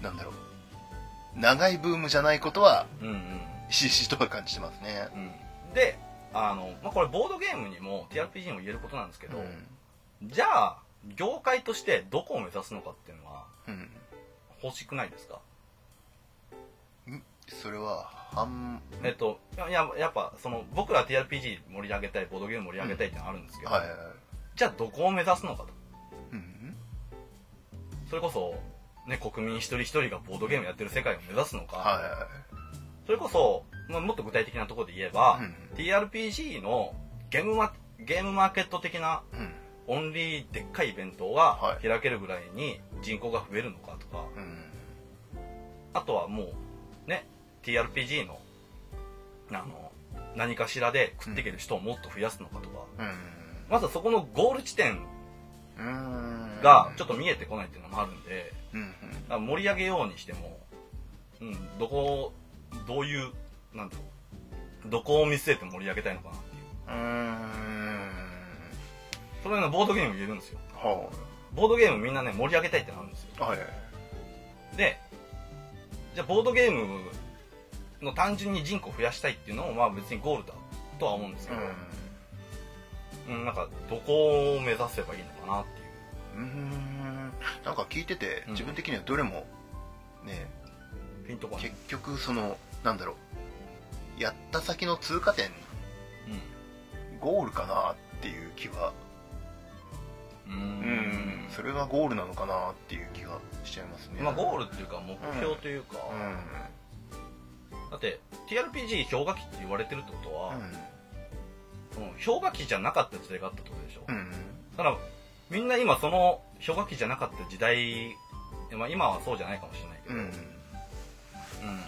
B: なんだろう長いブームじゃないことは
A: うんうん
B: ひしひしとは感じてますね
A: うんであの、まあ、これボードゲームにも TRPG にも言えることなんですけど、
B: うん
A: じゃあ業界としてどこを目指すのかっていうのは
B: うん
A: 欲しくないですか、
B: それは半
A: えっといやややっぱその僕ら TRPG 盛り上げたいボードゲーム盛り上げたいってのはあるんですけど、
B: はいはいはい
A: じゃあどこを目指すのかと
B: うん
A: それこそ、ね、国民一人一人がボードゲームやってる世界を目指すのか、
B: はいはいはい
A: それこそ、まあ、もっと具体的なところで言えば、
B: う
A: TRPG のゲームマゲームマーケット的な
B: うん
A: オンリーでっかいイベントが
B: はい
A: 開けるぐらいに人口が増えるのかとか、
B: うん
A: あとはもうね TRPG のあの何かしらで食っていける人をもっと増やすのかとか、
B: うん
A: まずそこのゴール地点
B: うん
A: がちょっと見えてこないっていうのもあるんで
B: うんう
A: だ
B: ん
A: から盛り上げようにしても、うん、どこをどういうなんだろうどこを見据えて盛り上げたいのかなっていう
B: うん
A: そのようなボードゲームを言えるんですよ
B: は
A: ボードゲームみんなね盛り上げたいってなるんですよ
B: いはい
A: でじゃあボードゲームの単純に人口を増やしたいっていうのもまあ別にゴールだとは思うんですけど、うんなんかどこを目指せばいいのかなっていう
B: うんうんなんか聞いてて
A: うん
B: 自分的にはどれもね
A: ピンとこない、
B: 結局そのなんだろうやった先の通過点ゴールかなっていう気は
A: うんうー
B: うんそれがゴールなのかなっていう気がしちゃいますね
A: まあゴ
B: ル
A: ールっていうか目標というか、
B: うん
A: だって TRPG 氷河期って言われてるってことは、
B: う
A: その氷河期じゃなかった時代があったってことでしょ、
B: んうん
A: だからみんな今その氷河期じゃなかった時代、まあ、今はそうじゃないかもしれないけ
B: う
A: ど、
B: ん
A: うん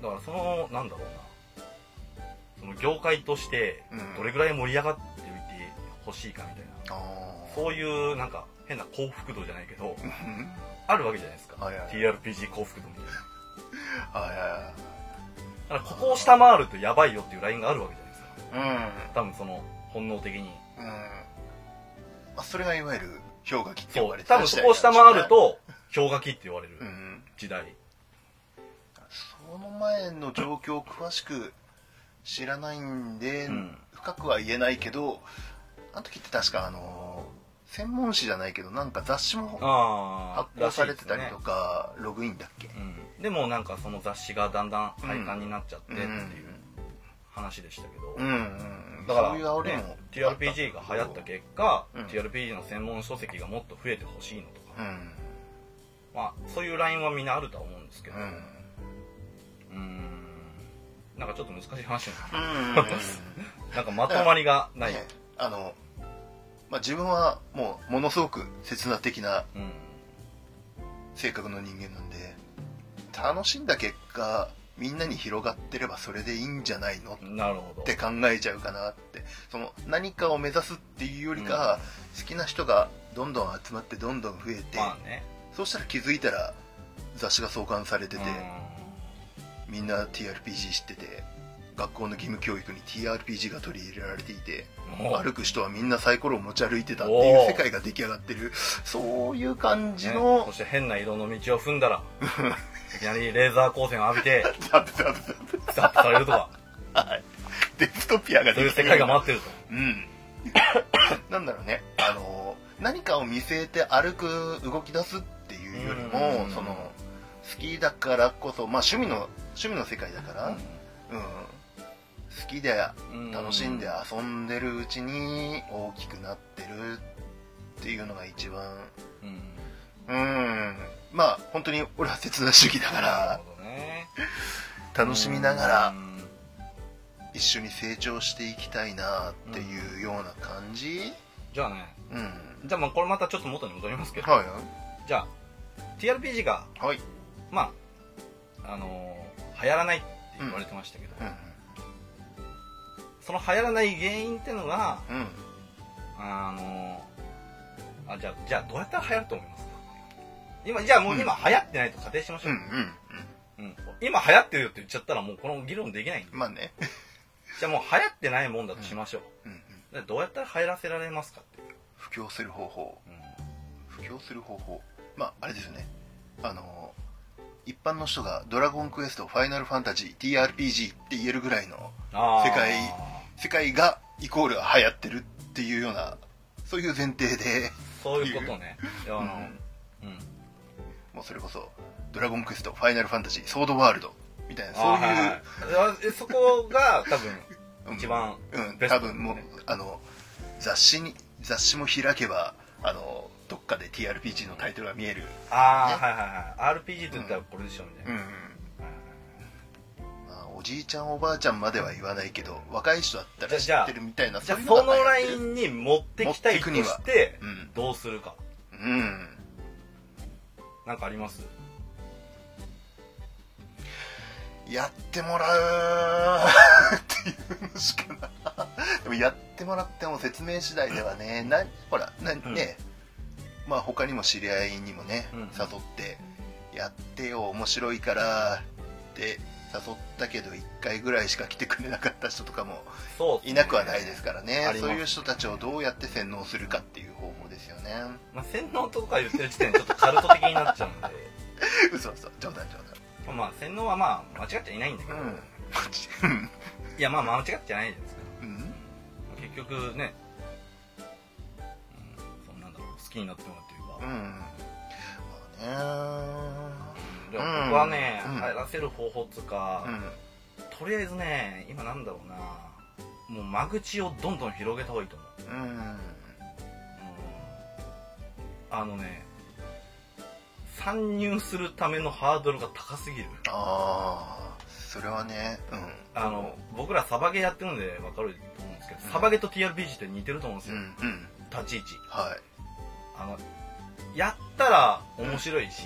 A: だからそのなんだろうなその業界として
B: うん
A: どれぐらい盛り上がっておいてほしいかみたいな、
B: ああ
A: そういうなんか変な幸福度じゃないけど
B: うんうん
A: あるわけじゃないですか、
B: はいはい
A: TRPG 幸福度みたいな
B: はいは
A: だからここを下回るとやばいよっていうラインがあるわけじゃないですか
B: いはい
A: 多分その本能的に
B: うんうんまあそれがいわゆる氷河期って
A: そ
B: 呼ば
A: う
B: れ
A: 多
B: てた
A: 分
B: 時
A: そ
B: 代
A: こ
B: なん
A: を下回
B: ですよね
A: ると氷河期って言われる
B: うん
A: 時代、
B: その前の状況を詳しく知らないんで、
A: うん
B: 深くは言えないけどあの時って確かあの専門誌じゃないけどなんか雑誌も
A: あ
B: 発
A: あ
B: 行されてたり
A: らしい
B: と
A: ですね
B: か、ログインだっけ
A: うん、でもなんかその雑誌がだんだん廃刊になっちゃってっていう話でしたけど、
B: うんうん
A: だから、
B: そういう煽りも
A: ね、TRPG が流行った結果、
B: うん
A: TRPG の専門書籍がもっと増えてほしいのとか、
B: うん
A: まあ、そういうラインはみんなあるとは思うんですけど、
B: うん
A: うーんなんかちょっと難しい話になる
B: うん
A: なんかまとまりがない、
B: ねあのまあ自分はもうものすごく刹那的な
A: うん
B: 性格の人間なんで楽しんだ結果みんなに広がってればそれでいいんじゃないのっ
A: なるほど
B: て考えちゃうかなってその何かを目指すっていうよりかは、好きな人がどんどん集まってどんどん増えて、
A: まあね
B: そうしたら気づいたら雑誌が創刊されてて、
A: う
B: みんな TRPG 知ってて学校の義務教育に TRPG が取り入れられていて
A: んもう
B: 歩く人はみんなサイコロを持ち歩いてたっていう
A: おー
B: 世界が出来上がってるそういう感じ
A: ね
B: の、
A: そして変な色の道を踏んだら いきなりレーザー光線を浴びて
B: だってだってだって
A: スタップされるとか
B: はい デストピアが
A: そうい
B: 出
A: う
B: 来て
A: 世
B: る
A: 界が待ってると
B: うん なんだろうねあの何かを見据えて歩く動き出すっていうよりも
A: うん
B: その好きだからこそまあ趣味の趣味の世界だから、うん、好きで
A: うん
B: 楽しんで遊んでるうちに大きくなってるっていうのが一番
A: うん
B: うんまあ本当に俺は切な主義だか
A: な
B: ら
A: るほどね
B: 楽しみながら
A: うん
B: 一緒に成長していきたいなっていうような感じ
A: じゃあね
B: うん、
A: じゃあまあこれまたちょっと元に戻りますけど
B: はい
A: じゃあ TRPG が
B: はい
A: まああのー流行らないって言われてましたけど、
B: う
A: その流行らない原因ってのが
B: んうん
A: あのあじゃあじゃあどうやったら流行ると思いますか今じゃあもう今流行ってないと仮定しましょ
B: う
A: う、
B: んうん
A: うん今流行ってるよって言っちゃったらもうこの議論できないんで
B: うんまあね
A: じゃあもう流行ってないもんだとしましょう、
B: うんうん
A: でどうやったら流行らせられますかっていう、
B: 布教する方法
A: うん
B: 布教する方法まああれですよねあの一般の人が「ドラゴンクエストファイナルファンタジー TRPG」って言えるぐらいの
A: あー
B: 世界世界がイコール流行ってるっていうようなそういう前提で
A: そういうことねいやあのうん
B: もうそれこそ「ドラゴンクエストファイナルファンタジーソードワールド」みたいなそう
A: あー
B: い
A: は
B: う、
A: いはいいやそこが多分
B: うん
A: 一番
B: うん
A: ベス
B: 多
A: ト
B: 分もうあの雑誌に雑誌も開けばあのどっかで TRPG のタイトルが見える
A: ああ、はいはいはい RPG って言ったらこれでしょみたいな、う
B: う
A: んん
B: まあ、おじいちゃんおばあちゃんまでは言わないけど若い人だったら知
A: じゃ
B: っ
A: あ
B: てるみたいな
A: じゃあ
B: ういう
A: そ
B: が
A: のラ
B: 流
A: イ
B: 行ってる
A: ンに持ってきたいと
B: 持って
A: し
B: く
A: て
B: うん
A: どうするか
B: うん
A: なんかあります
B: やってもらうっていうのしかないでもやってもらっても説明次第ではねなほらな
A: うん
B: ね、まあ他にも知り合いにもね、
A: うん
B: 誘ってやってよ面白いからって誘ったけど1回ぐらいしか来てくれなかった人とかも
A: そうっすね
B: いなくはないですからね
A: あります
B: そういう人たちをどうやって洗脳するかっていう方法ですよね
A: まあ、洗脳とか言ってる時点でちょっとカルト的になっちゃうんで
B: 嘘嘘冗談冗
A: まあ洗脳はまあ間違っちゃいないんだけど、
B: 談 うん
A: いやまあ間違っちゃいないじゃないですか
B: うん
A: 結局ね、うん、そんなんだろう好きになってもらうという
B: う
A: か、
B: んまあね
A: でも僕はね、
B: うん
A: 流行らせる方法っつうか、とりあえずね今なんだろうなもう間口をどんどん広げた方がいいと思う
B: うんうん
A: うんあのね参入するためのハードルが高すぎる
B: ああそれはねう
A: あの僕らサバゲーやってるんで分かると思うんですけど、サバゲーと TRPG って似てると思うんです
B: ん
A: よ、
B: うんうん
A: 立ち位置
B: は
A: あのやったら面白いし、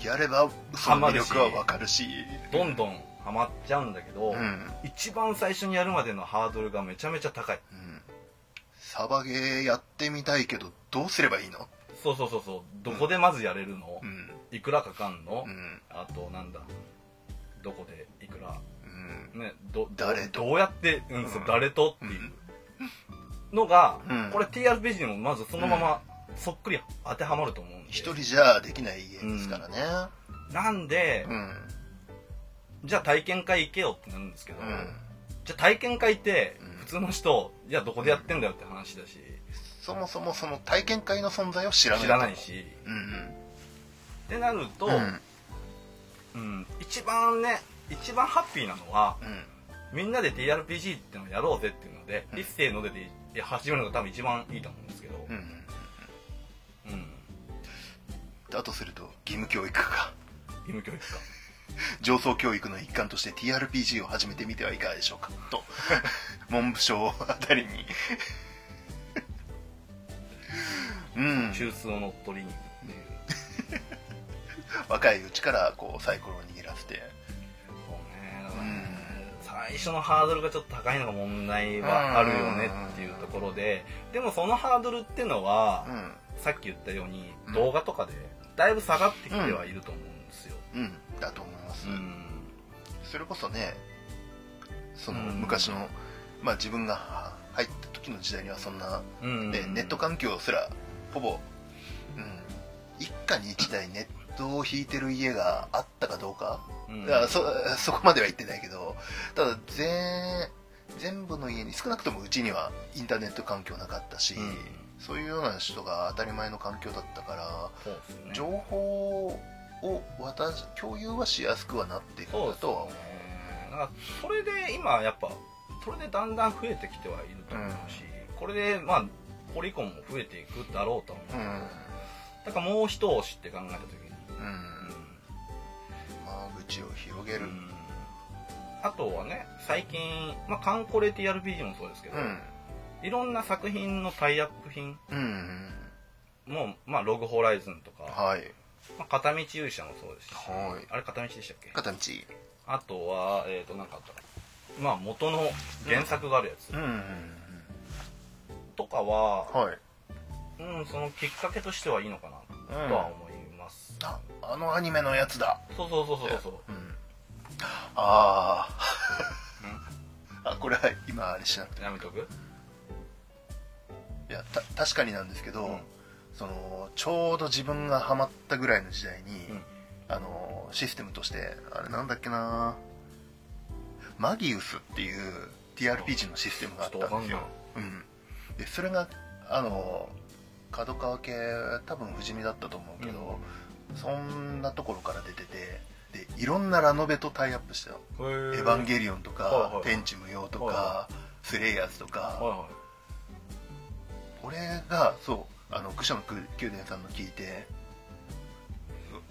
B: いやればその魅力はわかるし
A: どんどんハマっちゃうんだけど、
B: うん
A: 一番最初にやるまでのハードルがめちゃめちゃ高い
B: うんサバゲーやってみたいけどどうすればいいの
A: そうそうそうそうどこでまずやれるの
B: う、ん
A: いくらかかんの、
B: うん
A: あとなんだどこでいくら
B: うん
A: ね、ど
B: 誰と
A: どどうやって、うんそう
B: うん
A: 誰とっていうのが、
B: うん
A: これ TRPG にもまずそのままそっくり当てはまると思うんで
B: 一人じゃできないゲームですからね
A: なんで、
B: うん
A: じゃあ体験会行けよってなるんですけど、
B: うん
A: じゃあ体験会って
B: うん
A: 普通の人、じゃあどこでやってんだよって話だし、
B: そもそもその体験会の存在を知らない
A: 知らないし
B: うん
A: ってなると、
B: うんうん
A: うん一番ね一番ハッピーなのは
B: うん
A: みんなで TRPG ってのをやろうぜっていうので、
B: うん
A: 一斉の出でで始めるのが多分一番いいと思うんですけど、
B: うん
A: うん、
B: だとすると義務教育か
A: 義務教育か
B: 上層教育の一環として TRPG を始めてみてはいかがでしょうか と文部省あたりに うん
A: 中枢を乗っ取りに行くっていう、
B: 若いうちからこうサイコロを握らせて
A: そうね最初のハードルがちょっと高いのが問題はあるよねっていうところででもそのハードルってのは
B: う、ん
A: さっき言ったように
B: うん
A: 動画とかでだいぶ下がってきてはいると思うんですよ。
B: うんだと思います、
A: うん
B: それこそねその
A: うん
B: 昔の、まあ自分がは入った時の時代にはそんな、
A: うん
B: ねネット環境すらほぼ、うん、一家に一台ネットを引いてる家があったかどうか
A: うん
B: いやそ そこまでは言ってないけどただ全全部の家に少なくともうちにはインターネット環境なかったし、
A: うん
B: そういうような人が当たり前の環境だったか
A: そうですよ
B: ら、
A: ね
B: 情報を渡し共有はしやすくはなっているん
A: そう
B: だ
A: です
B: とは
A: よ
B: 思
A: ねだからそれで今やっぱそれでだんだん増えてきてはいると思うし、これでまあこれ以降も増えていくだろうとは
B: うう
A: 思う、
B: ん、
A: だからもう一押しって考えた時に、
B: うん間口を広げ
A: う
B: る、
A: ん
B: うん
A: あとはね最近、まあ、カンコレ TRPG もそうですけど、いろんな作品のタイアップ品
B: うん
A: も、まあ、ログホライズンとか、
B: はい
A: まあ、片道勇者もそうですし、
B: はい
A: あれ片道でしたっけ
B: 片道
A: あとはえっ、となんかあったかなまあ元の原作があるやつ
B: うん
A: とかは、
B: はい
A: うん、そのきっかけとしてはいいのか
B: う
A: なんとは思います。
B: ああのアニメのやつだ
A: そうそうそうそうそう。
B: うん、あーあこれは今あれしなくて
A: やめとく？
B: いやた確かになんですけど、
A: うん
B: そのちょうど自分がハマったぐらいの時代に、
A: うん
B: あのシステムとしてあれなんだっけなマギウスっていう TRPG のシステムがあったんですよ
A: ちょっ、
B: うん、でそれがあの角川系多分不死身だったと思うけど、そんなところから出ててでいろんなラノベとタイアップしてたの
A: エヴ
B: エヴァン
A: リ
B: ゲリオンとか、
A: はいはい
B: 天地無用とか、
A: はいは
B: スレイヤーズとか、
A: はいは
B: 俺がそうあの愚者の宮殿さんの聞いて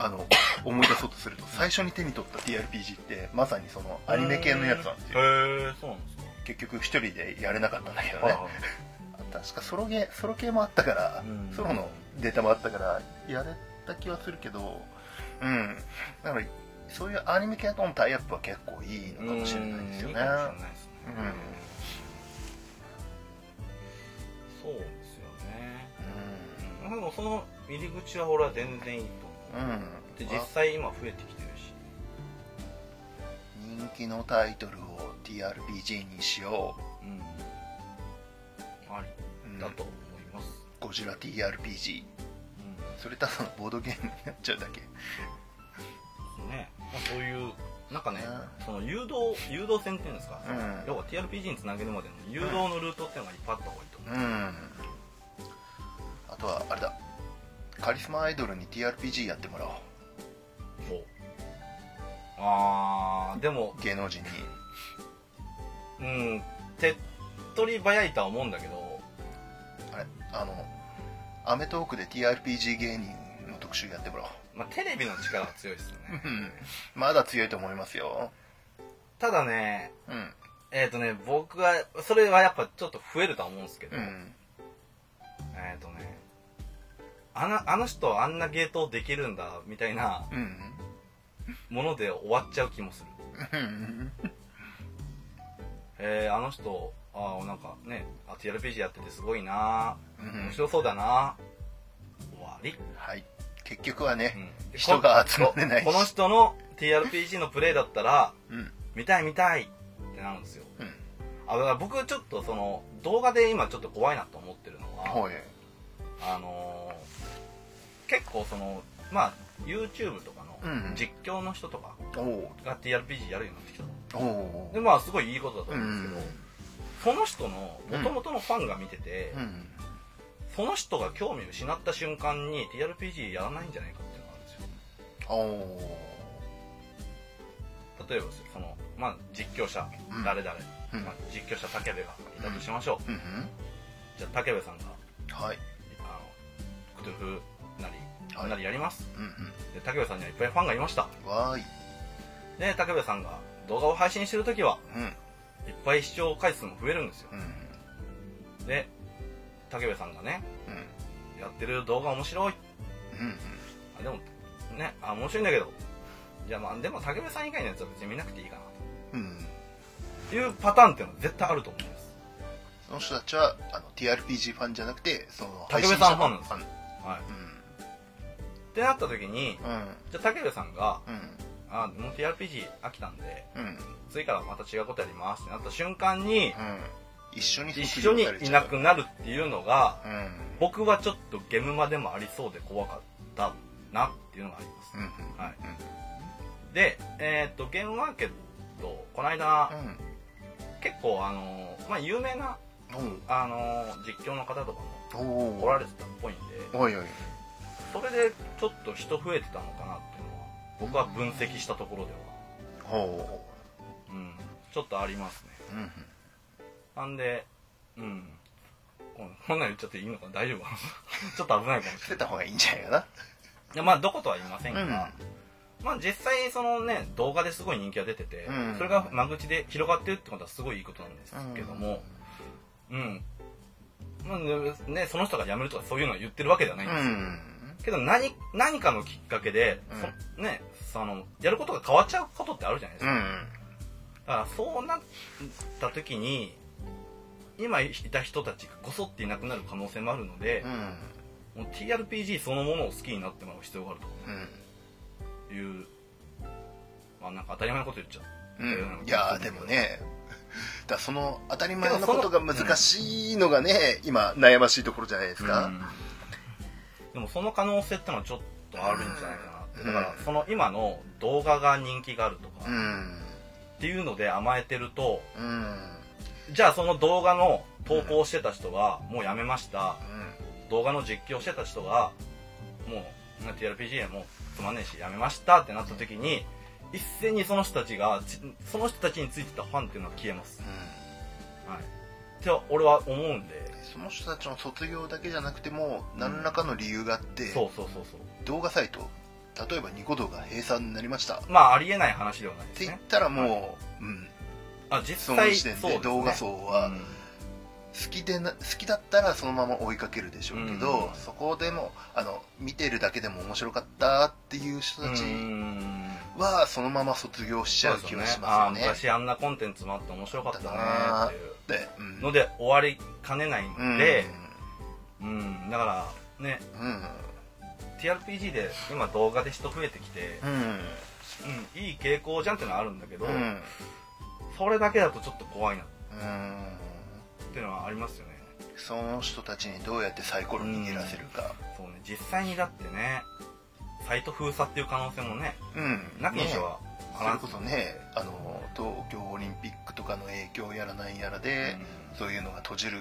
B: あの思い出そうとすると最初に手に取った TRPG ってまさにその
A: い。
B: アニメ系のやつなんですよ
A: へえ、そうなんですか。
B: 結局一人でやれなかったんだけど
A: はいは
B: ね
A: い。
B: 確かソロゲーソロ系もあったから
A: うん
B: ソロのデータもあったからやれた気はするけどうんだからそういうアニメ系とのタイアップは結構いいのかもしれないで
A: うんいいかもしれないで
B: すよね
A: すね
B: うん
A: そうですよね。うんでもその入り口は俺は全然いいと
B: う
A: 思
B: ん、
A: う。で実際今増えてきてるし。
B: 人気のタイトルを TRPG にしよ
A: うん。あ
B: う、う
A: り
B: ん
A: だと思います。
B: ゴジラ TRPG
A: う
B: それただのボードゲームになっちゃうだけ
A: ん。ね。まあそういうなんかね
B: う、
A: その誘導誘導線っていうんですか。
B: うん
A: 要は TRPG につなげるまでの誘導のルートっていうのがいっぱいあった方がいいと思う、
B: うんあとはあれだカリスマアイドルに TRPG やってもらおう
A: そうあーでも
B: 芸能人に
A: うん手っ取り早いとは思うんだけど
B: あれあの『アメトーーク』で TRPG 芸人の特集やってもらおう
A: まあ、テレビの力は強いですよね
B: うんまだ強いと思いますよ
A: ただね
B: うん
A: えっ、とね僕はそれはやっぱちょっと増えるとは思うんですけど、
B: うん
A: えっ、とねあのあの人あんなゲートできるんだみたいな
B: うん
A: もので終わっちゃう気もする
B: うん
A: えー、あの人あーなんかねあ TRPG やっててすごいな
B: う
A: ー面
B: ん
A: 白そうだなー終わり
B: はい結局はね、
A: うん
B: 人が集まってないし
A: この人の TRPG のプレイだったら
B: うん
A: 見たい見たいってなるんですよ
B: うん
A: あだから僕ちょっとその動画で今ちょっと怖いなと思ってるのは
B: はい
A: あのー結構そのまあ YouTube とかの
B: うん
A: 実況の人とか
B: おう
A: が TRPG やるようになってきたの
B: おお
A: でまあすごいいいことだと
B: う
A: 思うん
B: ん
A: ですけど、その人の元々のファンが見てて、
B: うん
A: その人が興味を失った瞬間に TRPG やらないんじゃないかっていうのがあるんですよ
B: おお
A: 例えばですよその、まあ、実況者、
B: うん
A: 誰々、
B: うん
A: まあ、実況者武部がいたとしましょう、
B: うん
A: じゃあ武部さんが
B: うんはい
A: あのクトゥフなり、
B: はい
A: なりやります
B: うん
A: で武部さんにはいっぱいファンがいました
B: うんわーい
A: で武部さんが動画を配信してる時は
B: うん
A: いっぱい視聴回数も増えるんですよ
B: うん
A: で武部さんがね
B: うん
A: やってる動画面白い
B: うん
A: あでもねあ面白いんだけどじゃあまあでも武部さん以外のやつは別に見なくていいかなと
B: うんうん
A: いうパターンっていうのは絶対あると思うんです
B: その人たちはあの TRPG ファンじゃなくてその
A: 竹部さんファンなんです
B: ン
A: はい、
B: う
A: ってなった時に
B: ん
A: じゃあ武部さんが
B: うん
A: 「あもう TRPG 飽きたんで
B: うんうん
A: 次からまた違うことやります」ってなった瞬間に
B: うん一緒に
A: 一緒にいなくなるっていうのが
B: うん
A: 僕はちょっとゲムマでもありそうで怖かったなっていうのがあります、
B: うん
A: はいで、えっとゲームマーケットこの間、結構あのーまあ有名な、
B: うんうん
A: あのー実況の方とかも
B: おお
A: 来られてたっぽいんで
B: おいおい
A: それでちょっと人増えてたのかなっていうのは僕は分析したところでは、
B: ほ
A: うん、ちょっとありますね
B: ううん
A: なんでうんこんこんなん言っちゃっていいのかな大丈夫かな ちょっと危ないかもしれない
B: 捨てた方がいいんじゃないかない
A: やまあどことは言いませんが、まあ実際そのね動画ですごい人気が出てて、
B: うん
A: それが間口で広がってるってことはすごいいいことなんですけどもうん、まあね、その人が辞めるとかそういうのは言ってるわけじゃな
B: う
A: いんです、
B: ん
A: けど何何かのきっかけで、そねそのやることが変わっちゃうことってあるじゃないです
B: う
A: か、
B: ん
A: だからそうなった時に今いた人たちがこそっていなくなる可能性もあるので
B: う、ん
A: もう TRPG そのものを好きになってもらう必要があると
B: うん
A: いうまあなんか当たり前のこと言っちゃう
B: うん、いやーでもねだからその当たり前のことが難しいのがね、今悩ましいところじゃないですか、
A: うんでもその可能性ってのはちょっとあるんじゃないかなって、だから
B: うん
A: その今の動画が人気があると
B: う
A: か
B: ん
A: っていうので甘えてると
B: うんうん
A: じゃあその動画の投稿してた人がもうやめました動画の実況してた人がもうね TRPG もつまんねえしやめましたってなった時に一斉にその人たちがちその人たちについてたファンっていうのは消えますはいって俺は思うんで
B: その人たちの卒業だけじゃなくても何らかの理由があって、
A: そうそうそうそう
B: 動画サイト例えばニコ動が閉鎖になりましたっ
A: まあありえない話ではないで
B: て
A: す
B: 言っ
A: ね
B: たらもう、うん、
A: あ実
B: その
A: 際
B: 時点
A: そう
B: です
A: ね
B: 動画層は
A: うん
B: 好きでな好きだったらそのまま追いかけるでしょうけど、
A: うん
B: そこでもあの見てるだけでも面白かったっていう人たち、
A: うーん
B: はそのまま卒業しちゃう気がし
A: あ
B: ま
A: ー
B: すよね。
A: 昔あんなコンテンツもあって面白かったねっていう
B: で、うん
A: ので終わりかねない
B: うん
A: んで、うんだからね
B: うん、
A: TRPG で今動画で人増えてきて、
B: うん、
A: うん、いい傾向じゃんってのはあるんだけど、
B: うん、
A: それだけだとちょっと怖いなっ
B: うん、
A: ていうのはありますよね
B: その人たちにどうやってサイコロ握らせるか、
A: そうね実際にだってねサイト封鎖っていう可能性もね
B: うん、
A: なきにしは
B: ね
A: あ
B: そ
A: ら
B: れ
A: ん
B: こそね、あの東京オリンピックとかの影響やらないやらで、そういうのが閉じる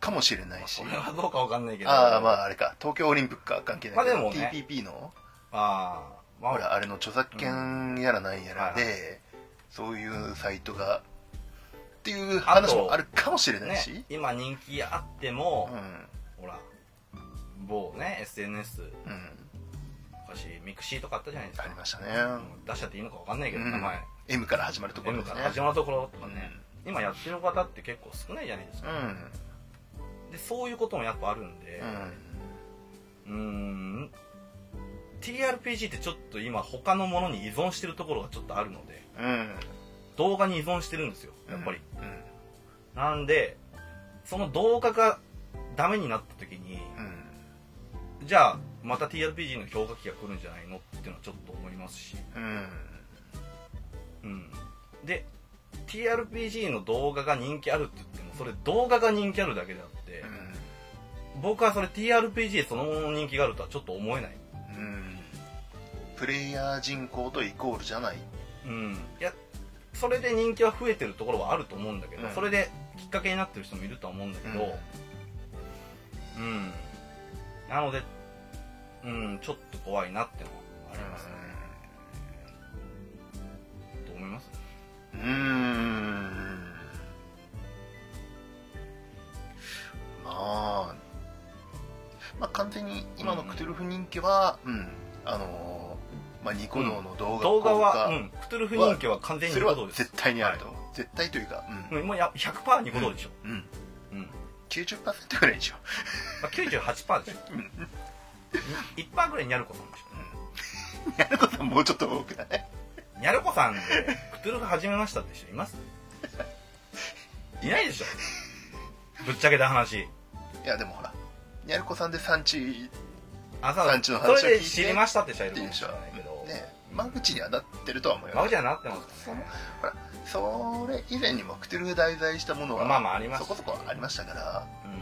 B: かもしれないし
A: そ。れはどうかわかんないけど
B: ああまああれか東京オリンピックか関係ないけど、
A: まあでもね
B: TPP の
A: あーまあ
B: ほらあれの著作権やらないやらで、
A: うん
B: そういうサイトがっていう話もあるかもしれないし、
A: ね、今人気あっても、
B: う
A: ほら某ね SNS
B: ん、うん、
A: 昔ミクシーとかあったじゃないです
B: あ
A: か
B: りましたね、
A: 出しちゃっていいのか分かんないけ
B: う
A: ど、
B: ん
A: 名前
B: M から始まるところ
A: M
B: と
A: か
B: からね
A: 始まるところとかね、今やってる方って結構少ないじゃないです
B: う
A: か、
B: ん
A: でそういうこともやっぱあるんでうーん TRPG ってちょっと今他のものに依存してるところがちょっとあるので
B: うんうん
A: 動画に依存してるんですよやっぱり、
B: うん
A: なんでその動画がダメになった時に、
B: うん
A: じゃあまた TRPG の評価期が来るんじゃないのっていうのはちょっと思いますし、
B: うん
A: うん、で TRPG の動画が人気あるって言ってもそれ動画が人気あるだけであって、僕はそれ TRPG そのものの人気があるとはちょっと思えない、
B: うんうんプレイヤー人口とイコールじゃない
A: うん、いやそれで人気は増えてるところはあると思うんだけど、
B: うん
A: それできっかけになってる人もいるとは思うんだけど、うんなので、うん、ちょっと怖いなってのはありますね、と思います
B: うんうんまあまあ完全に今のクトゥルフ人気は、うんあのーまあ、ニコ動の動画
A: 動
B: 効果、
A: 画は、うん、クトゥルフ人気は完全に
B: そ
A: ニ
B: れ
A: コ
B: は
A: 動です
B: 絶対にあると、絶対というか、うん
A: もうや100%ニコ動でしょ、
B: うん、
A: うん
B: 90%ぐらいでしょ、
A: まあ、98%でしょい1%ぐらいにゃるこさんでし
B: うん、やることはもうちょっと多くない
A: ょ にゃるこさんでクトゥルフ始めましたって人いますいないでしょぶっちゃけた話
B: いやでもほらやる子さんで産地
A: あそう
B: 産地の話を聞いて
A: それで知りましたって人はい
B: っ
A: るかもし
B: ていう人
A: れ
B: は
A: ないけど、
B: ね間口にはなってるとは思い
A: マ
B: ま
A: グ
B: す
A: じゃなってます
B: そのほらそれ以前にもクトゥルフ題材したものは
A: まあまああります
B: そこそこありましたか
A: うん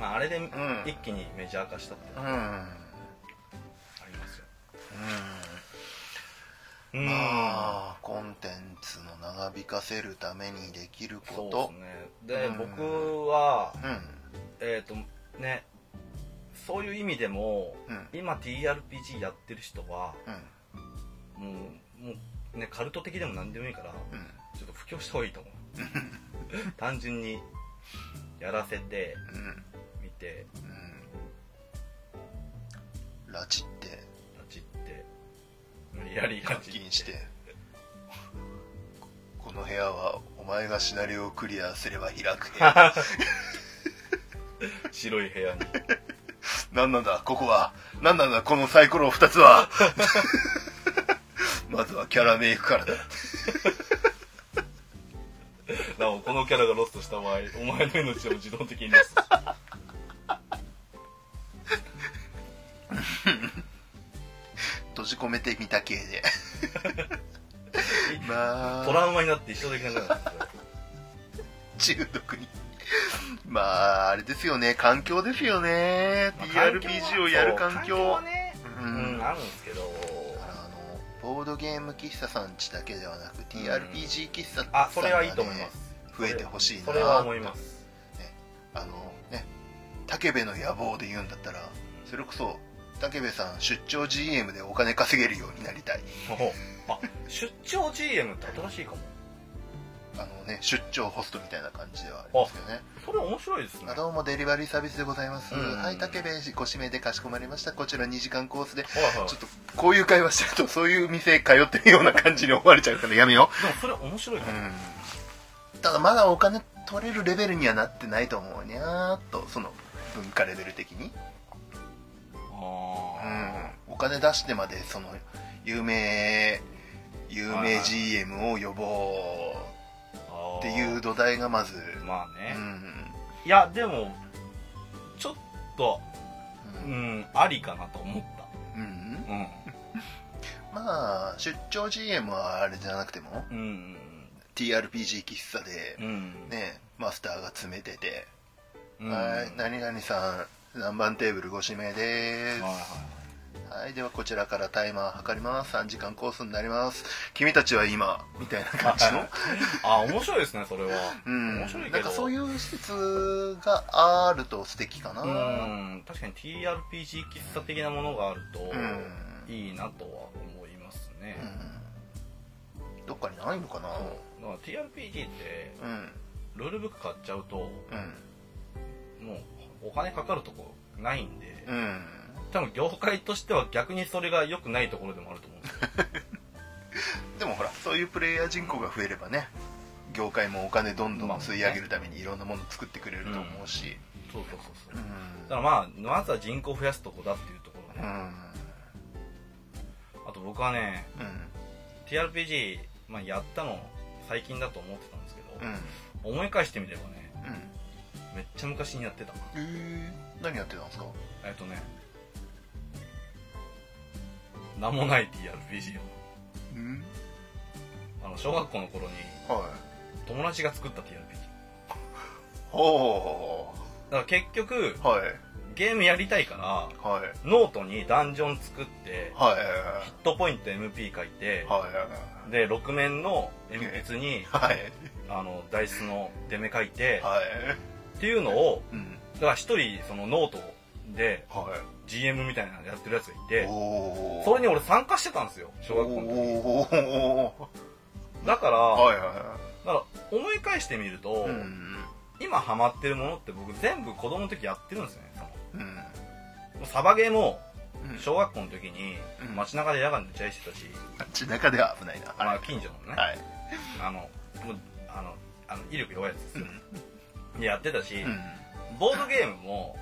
A: まああれで
B: ん
A: 一気にメジャー化したっていうの
B: ら
A: は
B: うん
A: ありますよう
B: うん
A: ん
B: まあコンテンツの長引かせるためにできる
A: そ
B: こ
A: うです
B: と
A: ねで、
B: うん
A: 僕は
B: う
A: えっ、とねそういう意味でも
B: んうん
A: 今 TRPG やってる人は
B: うん
A: もうもうねカルト的でも何でもいいから
B: うん
A: ちょっと布教した方がいいと思 う単純にやらせて
B: うん
A: みて
B: うん拉致って
A: 立ちって無理やり
B: 監
A: 立ち
B: 禁してここの部屋はお前がシナリオをクリアすれば開く部屋
A: 白い部屋に
B: 何なんだここは何なんだこのサイコロ2つはまずはキャラメイクからだ
A: なおこのキャラがロストした場合お前の命を自動的にロストした
B: 閉じ込めてみた 系で ま
A: ト
B: あ
A: ラウマになって一生でき なくなるんですよ
B: 中毒にまああれですよね環境ですよね TRPG をやる
A: そ
B: 環境
A: う環境はね
B: う
A: うんんあるんですけど
B: だからあのボードゲーム喫茶さんちだけではなく
A: うん
B: TRPG 喫茶さんがね
A: あそれはいいと思います
B: 増えてほしいな
A: それは思います
B: あのね武部の野望で言うんだったらそれこそ武部さん出張 GM でお金稼げるようになりたい
A: おあ出張 GM って新しいかも
B: あのね出張ホストみたいな感じではありますけどね
A: それ面白いですね
B: あどうもデリバリーサービスでございます、
A: うん
B: はい武部ご指名でかしこまりましたこちら2時間コースで
A: はいはい
B: ちょっとこういう会話してると そういう店通ってるような感じに思われちゃうからやめよう
A: でもそれ面白いかも、
B: うんただまだお金取れるレベルにはなってないと思うにゃーっとその文化レベル的に、
A: ああ
B: お金出してまでその有名有名 GM を呼ぼうっていう土台がまず、
A: まあ
B: う
A: ね、
B: ん
A: いやでもちょっと
B: う
A: うんんありかなと思っ
B: うん
A: たうん
B: まあ出張 GM はあれじゃなくても
A: うん、
B: TRPG 喫茶で
A: うんうん
B: ねマスターが詰めてて
A: う
B: 「
A: ん
B: はい何々さん何番テーブルご指名で
A: はい
B: す」
A: は
B: はい、ではこちらからタイマー測ります。3時間コースになります。君たちは今、みたいな感じの。
A: いあ面白いですねそれは
B: うん。
A: 面白いけど
B: なんかそういう施設があると素敵かな。
A: う。ん確かに TRPG 喫茶的なものがある
B: うん
A: といいなとは思いますね、
B: うんどっかにないのかな
A: そうだから TRPG って
B: うん。
A: ルールブック買っちゃうと
B: うん。
A: もうお金かかるとこないんで、
B: うん。
A: 多分業界としては逆にそれが良くないところでもあると思うんですよ
B: でもほら、そういうプレイヤー人口が増えればね、業界もお金どんどん
A: まあ
B: 吸い上げるためにいろんなもの作ってくれると思うし。
A: そうそうそうそう
B: うん。
A: だからまあまずは人口を増やすとこだっていうところ
B: う
A: がね、
B: ん。
A: あと僕はね
B: うん。
A: TRPG、まあ、やったの最近だと思ってたんですけ
B: う
A: ど、
B: ん。
A: 思い返してみればね
B: うん。
A: めっちゃ昔にやってたな
B: えー、何やってたんですか
A: えっとね名もない TRPG を
B: うん。
A: あの小学校の頃に
B: はい。
A: 友達が作った TRPG
B: ほ
A: だから結局
B: うはい
A: ゲームやりたいから
B: はい
A: ノートにダンジョン作って
B: はい
A: ヒットポイント MP 書いて
B: はい
A: で6面の鉛筆に
B: はい
A: あのダイスの出目書いて
B: はい
A: っていうのを
B: うん
A: だから一人そのノートで
B: は
A: GM みたいなのやってるやつがい
B: い
A: て
B: おお
A: それに俺参加してたんですよ小学校の時
B: おー
A: だから、
B: はいは
A: だから思い返してみると、
B: いうん
A: 今ハマってるものって僕全部子供の時やってるんですよね
B: うん
A: そのサバゲーも
B: うん
A: 小学校の時に
B: うん
A: 街中で夜間で打ち合いしてたし、
B: 街中では危ないな
A: まあ、近所のね、
B: はい
A: あのもうあのあの威力弱いやつですよ、でやってたし、
B: うん
A: ボードゲームも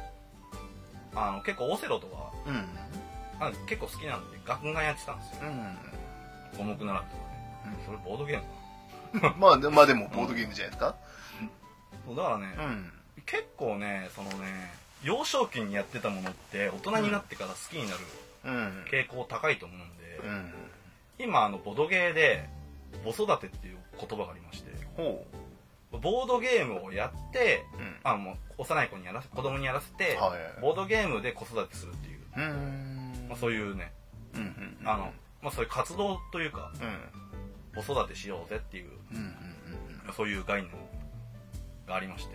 A: あの結構オセロとか
B: うん
A: あの結構好きなんでガンガンやってたんですよ五
B: うん
A: 目並べとかね、それボードゲーム
B: まあでまあでもボードゲームじゃないですか
A: そうだからね、
B: うん
A: 結構ねそのね幼少期にやってたものって大人になってから好きになる
B: うん
A: 傾向高いと思うんで、
B: うん
A: 今あのボドゲーでボ育てっていう言葉がありまして
B: ほ
A: ボードゲームをやって
B: ううん
A: あもう幼い子にやらせ子供にやらせて、
B: はい
A: ボードゲームで子育てするっていう、
B: うーん
A: まあ、そういうね
B: うんうんうん
A: あの、まあ、そういう活動というか
B: うん
A: 子育てしようぜっていう
B: うんうんうん
A: そういう概念がありまして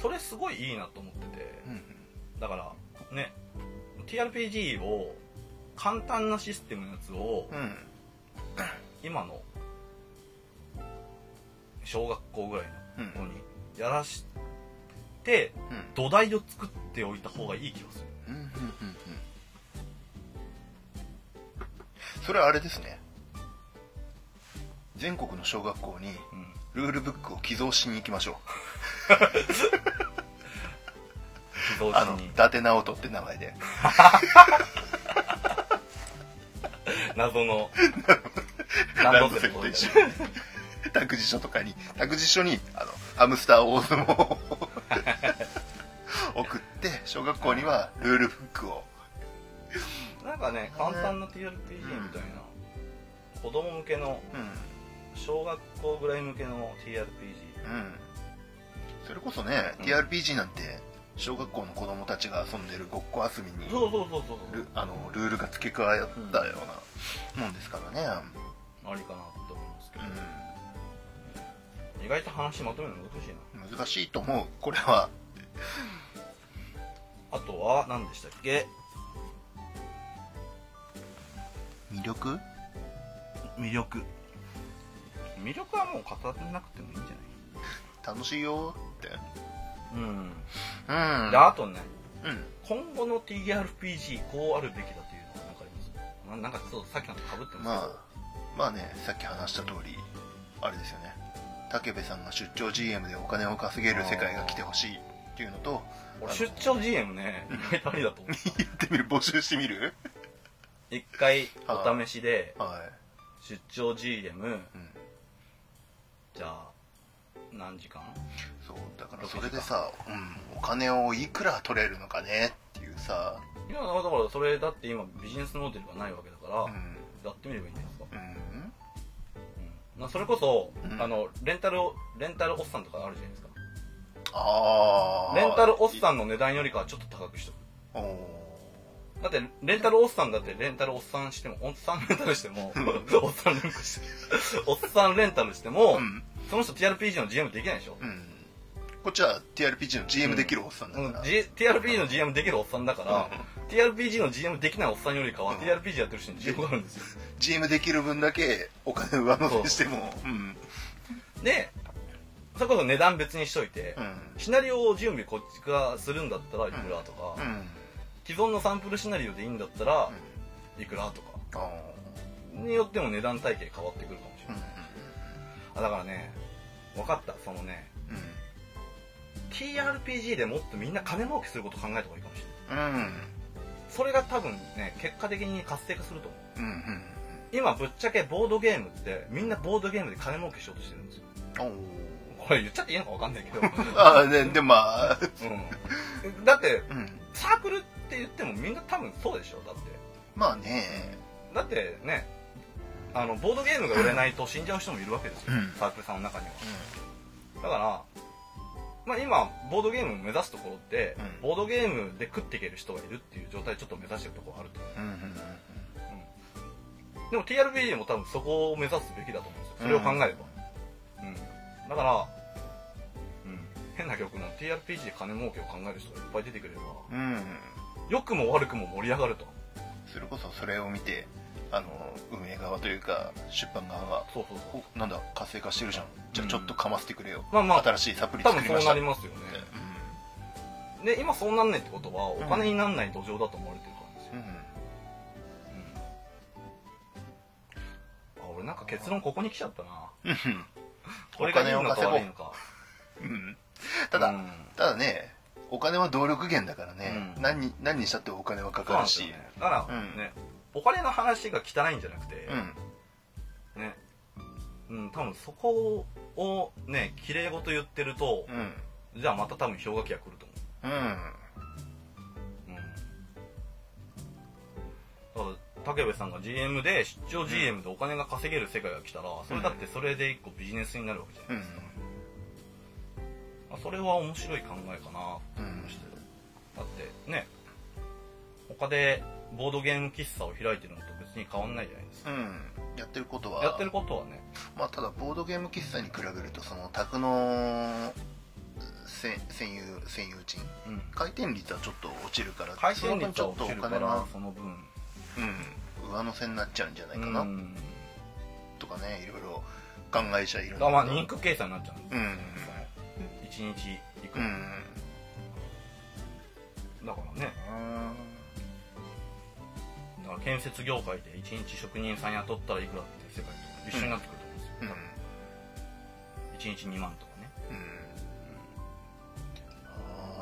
A: それすごいいいなと思ってて
B: うんうん
A: だからね TRPG を簡単なシステムのやつを
B: うんうん
A: 今の小学校ぐらい
B: うん
A: の子にやらして
B: うん
A: 土台を作っておいた方がいい気がする
B: うんうんうんうんそれはあれですね全国の小学校に
A: うん
B: ルールブックを寄贈しに行きましょう
A: 自動
B: あ
A: 車
B: の
A: に
B: 伊達直人って名前で
A: 謎の
B: ラ
A: ラ
B: ン
A: ンド
B: ド
A: セ
B: セ
A: ル
B: ル
A: と
B: と
A: 一
B: 一
A: 緒
B: 緒に 託児所とかに託児所にあのハムスター大相撲を送って小学校にはルールブックを
A: なんかね簡単な TRPG みたいな、子供向けの
B: うん
A: 小学校ぐらい向けの TRPG
B: うんそれこそね、
A: うん
B: TRPG なんて小学校の子供たちが遊んでるごっこ遊びに
A: そうそうそうそうそう
B: ルあのルールが付け加えたようなもんですからね
A: ありかなって思うんですけど、
B: う
A: 意外と話まとめるの難しいなん
B: 難しいと思うこれは
A: あとは何でしたっけ
B: 魅力
A: 魅力魅力はもう語らなくてもいいんじ
B: 楽しいよって
A: ゃないうん
B: うん
A: であとね
B: うん
A: 今後の TRPG こうあるべきだというのがなんかありますななんかちょっとさっきのとかぶってますけど、
B: まあまあねさっき話した通りあれですよね武部さんが出張 GM でお金を稼げる世界が来てほしいっていうの と
A: 俺出張 GM ね意外とありだと思 う
B: 言ってみる募集してみる
A: 一回お試しで
B: は
A: 出張 GM
B: い、うん、
A: じゃあ何時間
B: そうだからそれでさ、うん、お金をいくら取れるのかねっていうさ、
A: いやだからそれだって今ビジネスモデルがないわけだから、
B: うん
A: やってみればいいんじゃないですか、
B: うん、
A: うんまあ、それこそ、
B: うん
A: あのレンタルをレンタルおっさんとかあるじゃないですか
B: ああ
A: レンタルおっさんの値段よりかはちょっと高くしとく
B: おー
A: だってレンタルおっさんだってレンタルおっさんしてもおっさんレンタルしてもおっさんレンタルしておっさんレンタルしても、
B: うん
A: その人 TRPG の GM できないでしょ、
B: うんこっちは TRPG の GM できるおっさんだ
A: う
B: か
A: ん
B: ら、
A: G- TRPG の GM できるおっさんだから、TRPG の GM できないおっさんよりかは、
B: うん
A: TRPG やってる人に GM があるんですよ
B: GM できる分だけお金を上乗せしてもうん
A: でそれこそ値段別にしといて、
B: うん
A: シナリオを準備こっちがするんだったらいくらとか、
B: うん
A: 既存のサンプルシナリオでいいんだったらいくらとか
B: あー
A: によっても値段体系変わってくるかもしれ
B: う
A: ない、
B: ん
A: あだからね分かったそのね TRPG でもっとみんな金儲けすること考えた方がいいかもしれない
B: うんうん
A: それが多分ね結果的に活性化すると思う
B: うんうん
A: 今ぶっちゃけボードゲームってみんなボードゲームで金儲けしようとしてるんですよ
B: おー
A: これ言っちゃっていいのか分かん ないけど、う
B: ああねでもまあ
A: ん、だって
B: うん
A: サークルって言ってもみんな多分そうでしょだって
B: まあね
A: だってねあのボードゲームが売れないと死んじゃう人もいるわけですよ、
B: うん
A: サークルさんの中にはだから、まあ、今ボードゲームを目指すところって、
B: うん
A: ボードゲームで食っていける人がいるっていう状態をちょっと目指してるところあると思
B: うんうんうん
A: うでも TRPG も多分そこを目指すべきだと思うんですよそれを考えれば、うんだから、うん、変な曲の TRPG で金儲けを考える人がいっぱい出てくれば
B: うんうん
A: 良くも悪くも盛り上がると
B: それこそそれを見てあの運営側というか出版側が
A: そうそうそう
B: おなんだ活性化してるじゃんじゃあちょっとかませてくれよ、
A: まあまあ
B: 新しいサプリ
A: 多
B: 作
A: 分
B: り
A: そ
B: ま
A: う
B: し
A: な
B: た
A: りますよね、で今そうなんないってことはお金にならない土壌だと思われてるからですよ
B: う、ん
A: あ俺なんか結論ここに来ちゃったな
B: うん
A: これがいいのか悪いのか
B: うんただ、
A: うん
B: ただねお金は動力源だからね、
A: うん
B: 何に何にしたってお金はか
A: そう
B: か
A: なん
B: る
A: ですよ
B: し
A: ねだからね、お金の話が汚いんじゃなくて
B: う、ん
A: ねうん、多分そこをね綺麗事言ってると
B: う、ん
A: じゃあまた多分氷河期が来ると思
B: うん
A: う、うん、だから武部さんが GM で出張 GM でお金が稼げる世界が来たらそれだってそれで一個ビジネスになるわけじゃないですか、まあそれは面白い考えかなと思いましたよ、だってね他でボードゲーム喫茶を開いてるのと別に変わんないじゃないですか
B: うんうんやってることは
A: やってることはね
B: まあただボードゲーム喫茶に比べるとその宅のせ占有占有賃
A: うん
B: 回転率はちょっと落ちるから
A: 回転率
B: そ
A: は
B: の分ちょ
A: 落
B: っ
A: ち
B: と
A: る
B: お
A: か
B: 金
A: ら
B: が、
A: その分
B: うん、上乗せになっちゃうんじゃないかな、
A: うん
B: とかねいろいろ考えちゃいるん
A: あまあ
B: けど
A: 人数計算になっちゃうんで
B: うん
A: すよ、1日いく
B: う
A: ら、
B: ん
A: だからねだから建設業界で1日職人さん雇ったらいくらっていう世界と一緒になってくると思うんですよ
B: うん、
A: 1日2万とかね
B: う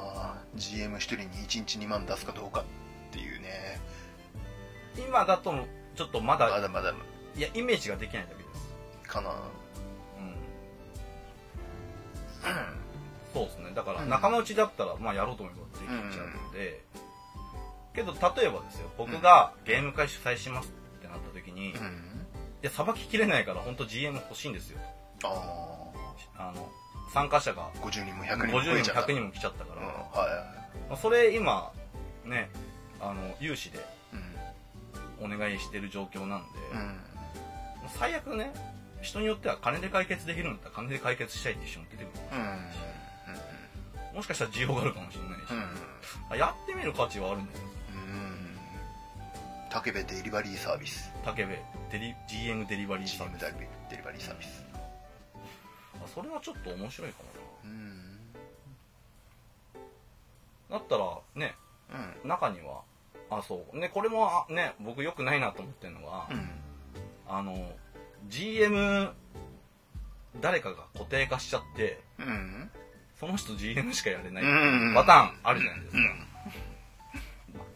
B: んあー GM 一人に1日2万出すかどうかっていうね
A: 今だとちょっとま
B: ま
A: だ
B: だまだ
A: いやイメージができないだけです
B: かな
A: うんそうですねだから
B: うん
A: 仲間内だったらまあやろうと思えばできちゃうので、けど例えばですよ僕がゲーム会主催しますってなった時に、
B: う
A: い
B: ん
A: やさばききれないから本当 GM 欲しいんですよ
B: あ
A: あの参加者が
B: あ50人も100人も増
A: 50
B: えち
A: 人
B: ゃ
A: も
B: っ
A: 100
B: た
A: 人も来ちゃったか
B: う
A: ら、
B: んは
A: まあそれ今ねあの有志で
B: いうん
A: お願いしてる状況なんで、
B: うん
A: まあ最悪ね人によっては金で解決できるんだったら金で解決したいっていう人も出てくる
B: うん
A: もしかしたら需要があるかもしれないし、
B: うん
A: あやってみる価値はあるんじゃないですか
B: うん武部デリバリーサービス
A: 竹部デリ GM デリバリーさん
B: GM デリバリーサービス
A: あそれはちょっと面白いかも
B: うん
A: なだったらね
B: うん
A: 中にはあそうねこれもあね僕良くないなと思ってるのが、
B: うん
A: あの GM 誰かが固定化しちゃって
B: うん
A: その人 GM しかやれない
B: うん
A: パターンあるじゃないですか、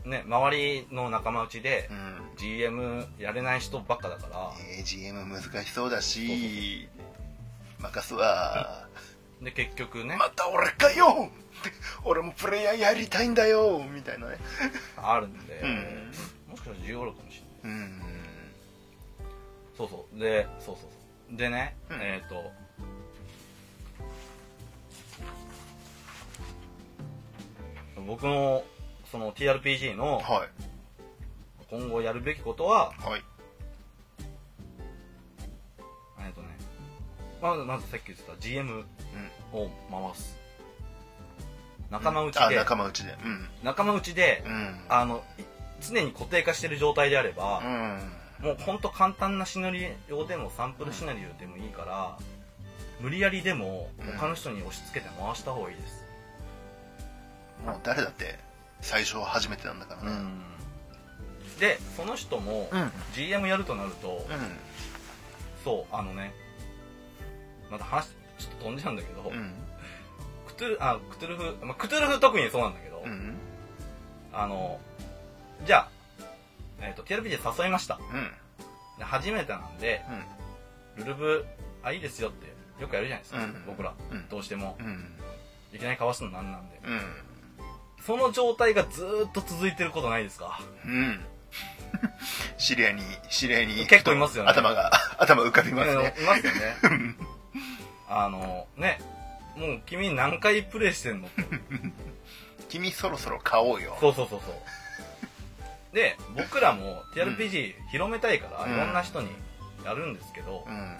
A: ね周りの仲間内で
B: うん
A: GM やれない人ばっかだから
B: えー GM 難しそうだし任すわ
A: で結局ね
B: また俺かよ 俺もプレイヤーやりたいんだよみたいなね
A: あるんで、
B: うん
A: もしかしたら需要あるかもしれない
B: うん
A: そうそうでそうそうそうでね、
B: うん
A: えっ、と僕のその TRPG の
B: は
A: 今後やるべきことは、
B: いはい
A: えっとね、まずまずさっき言ってた GM を回す仲間内
B: あ
A: で
B: 仲間内でうん
A: 仲間内で
B: うん
A: あのい常に固定化してる状態であれば
B: う、ん
A: もうほんと簡単なシナリオでもサンプルシナリオでもいいから、無理やりでも
B: うん
A: 他の人に押し付けて回した方がいいです、
B: もう誰だって最初は初めてなんだからね
A: でその人も
B: うん
A: GM やるとなると、
B: う
A: そうあのねまた話ちょっと飛んじゃうんだけど、
B: ん
A: クトゥルあクトゥルフ、まあ、クトゥルフ特にそうなんだけど、
B: うんうん
A: あのじゃあ、えー、と TRPG で誘いました
B: うん
A: で初めてなんでルルブあいいですよってよくやるじゃないですか、
B: うん
A: 僕ら、
B: うん
A: どうしても
B: うんうん
A: いきなりかわすのなんなんで
B: うん
A: その状態がずーっと続いてることないですか
B: うん 知り合いに知り合いに
A: 結構いますよね
B: 頭が 頭浮かびますね
A: うんいますよね あのねもう君何回プレイしてんのって
B: 君そろそろ買おうよ
A: そうそうそうそうで僕らも TRPG 広めたいから、
B: うん
A: いろんな人にやるんですけど、
B: うん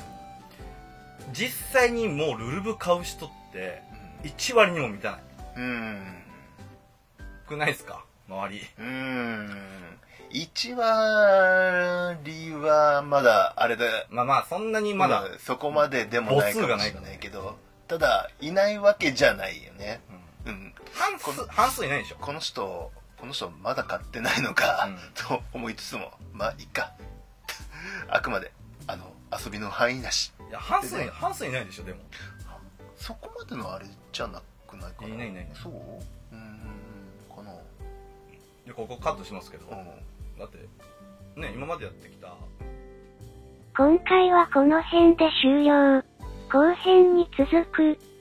A: 実際にもうルルブ買う人って1割にも満たない
B: うん
A: くないですか周り
B: うん1割はまだあれだ
A: まあまあそんなにまだ、
B: そこまででもないか
A: 母数
B: も
A: がない
B: し
A: か
B: れ
A: ら
B: な
A: ね
B: いけどただいないわけじゃないよね
A: うん
B: うん
A: 半数半数いないでしょ
B: この人この人まだ買ってないのか、
A: うん
B: と思いつつもまあいいか あくまであの遊びの範囲だし
A: いや半数
B: で
A: い
B: ね
A: 半数いないでしょでも
B: そこまでのあれじゃなくないかない
A: ないいない
B: そううーんかな
A: でここカットしますけど、
B: うん
A: だってね今までやってきた
C: 今回はこの辺で終了。後編に続く。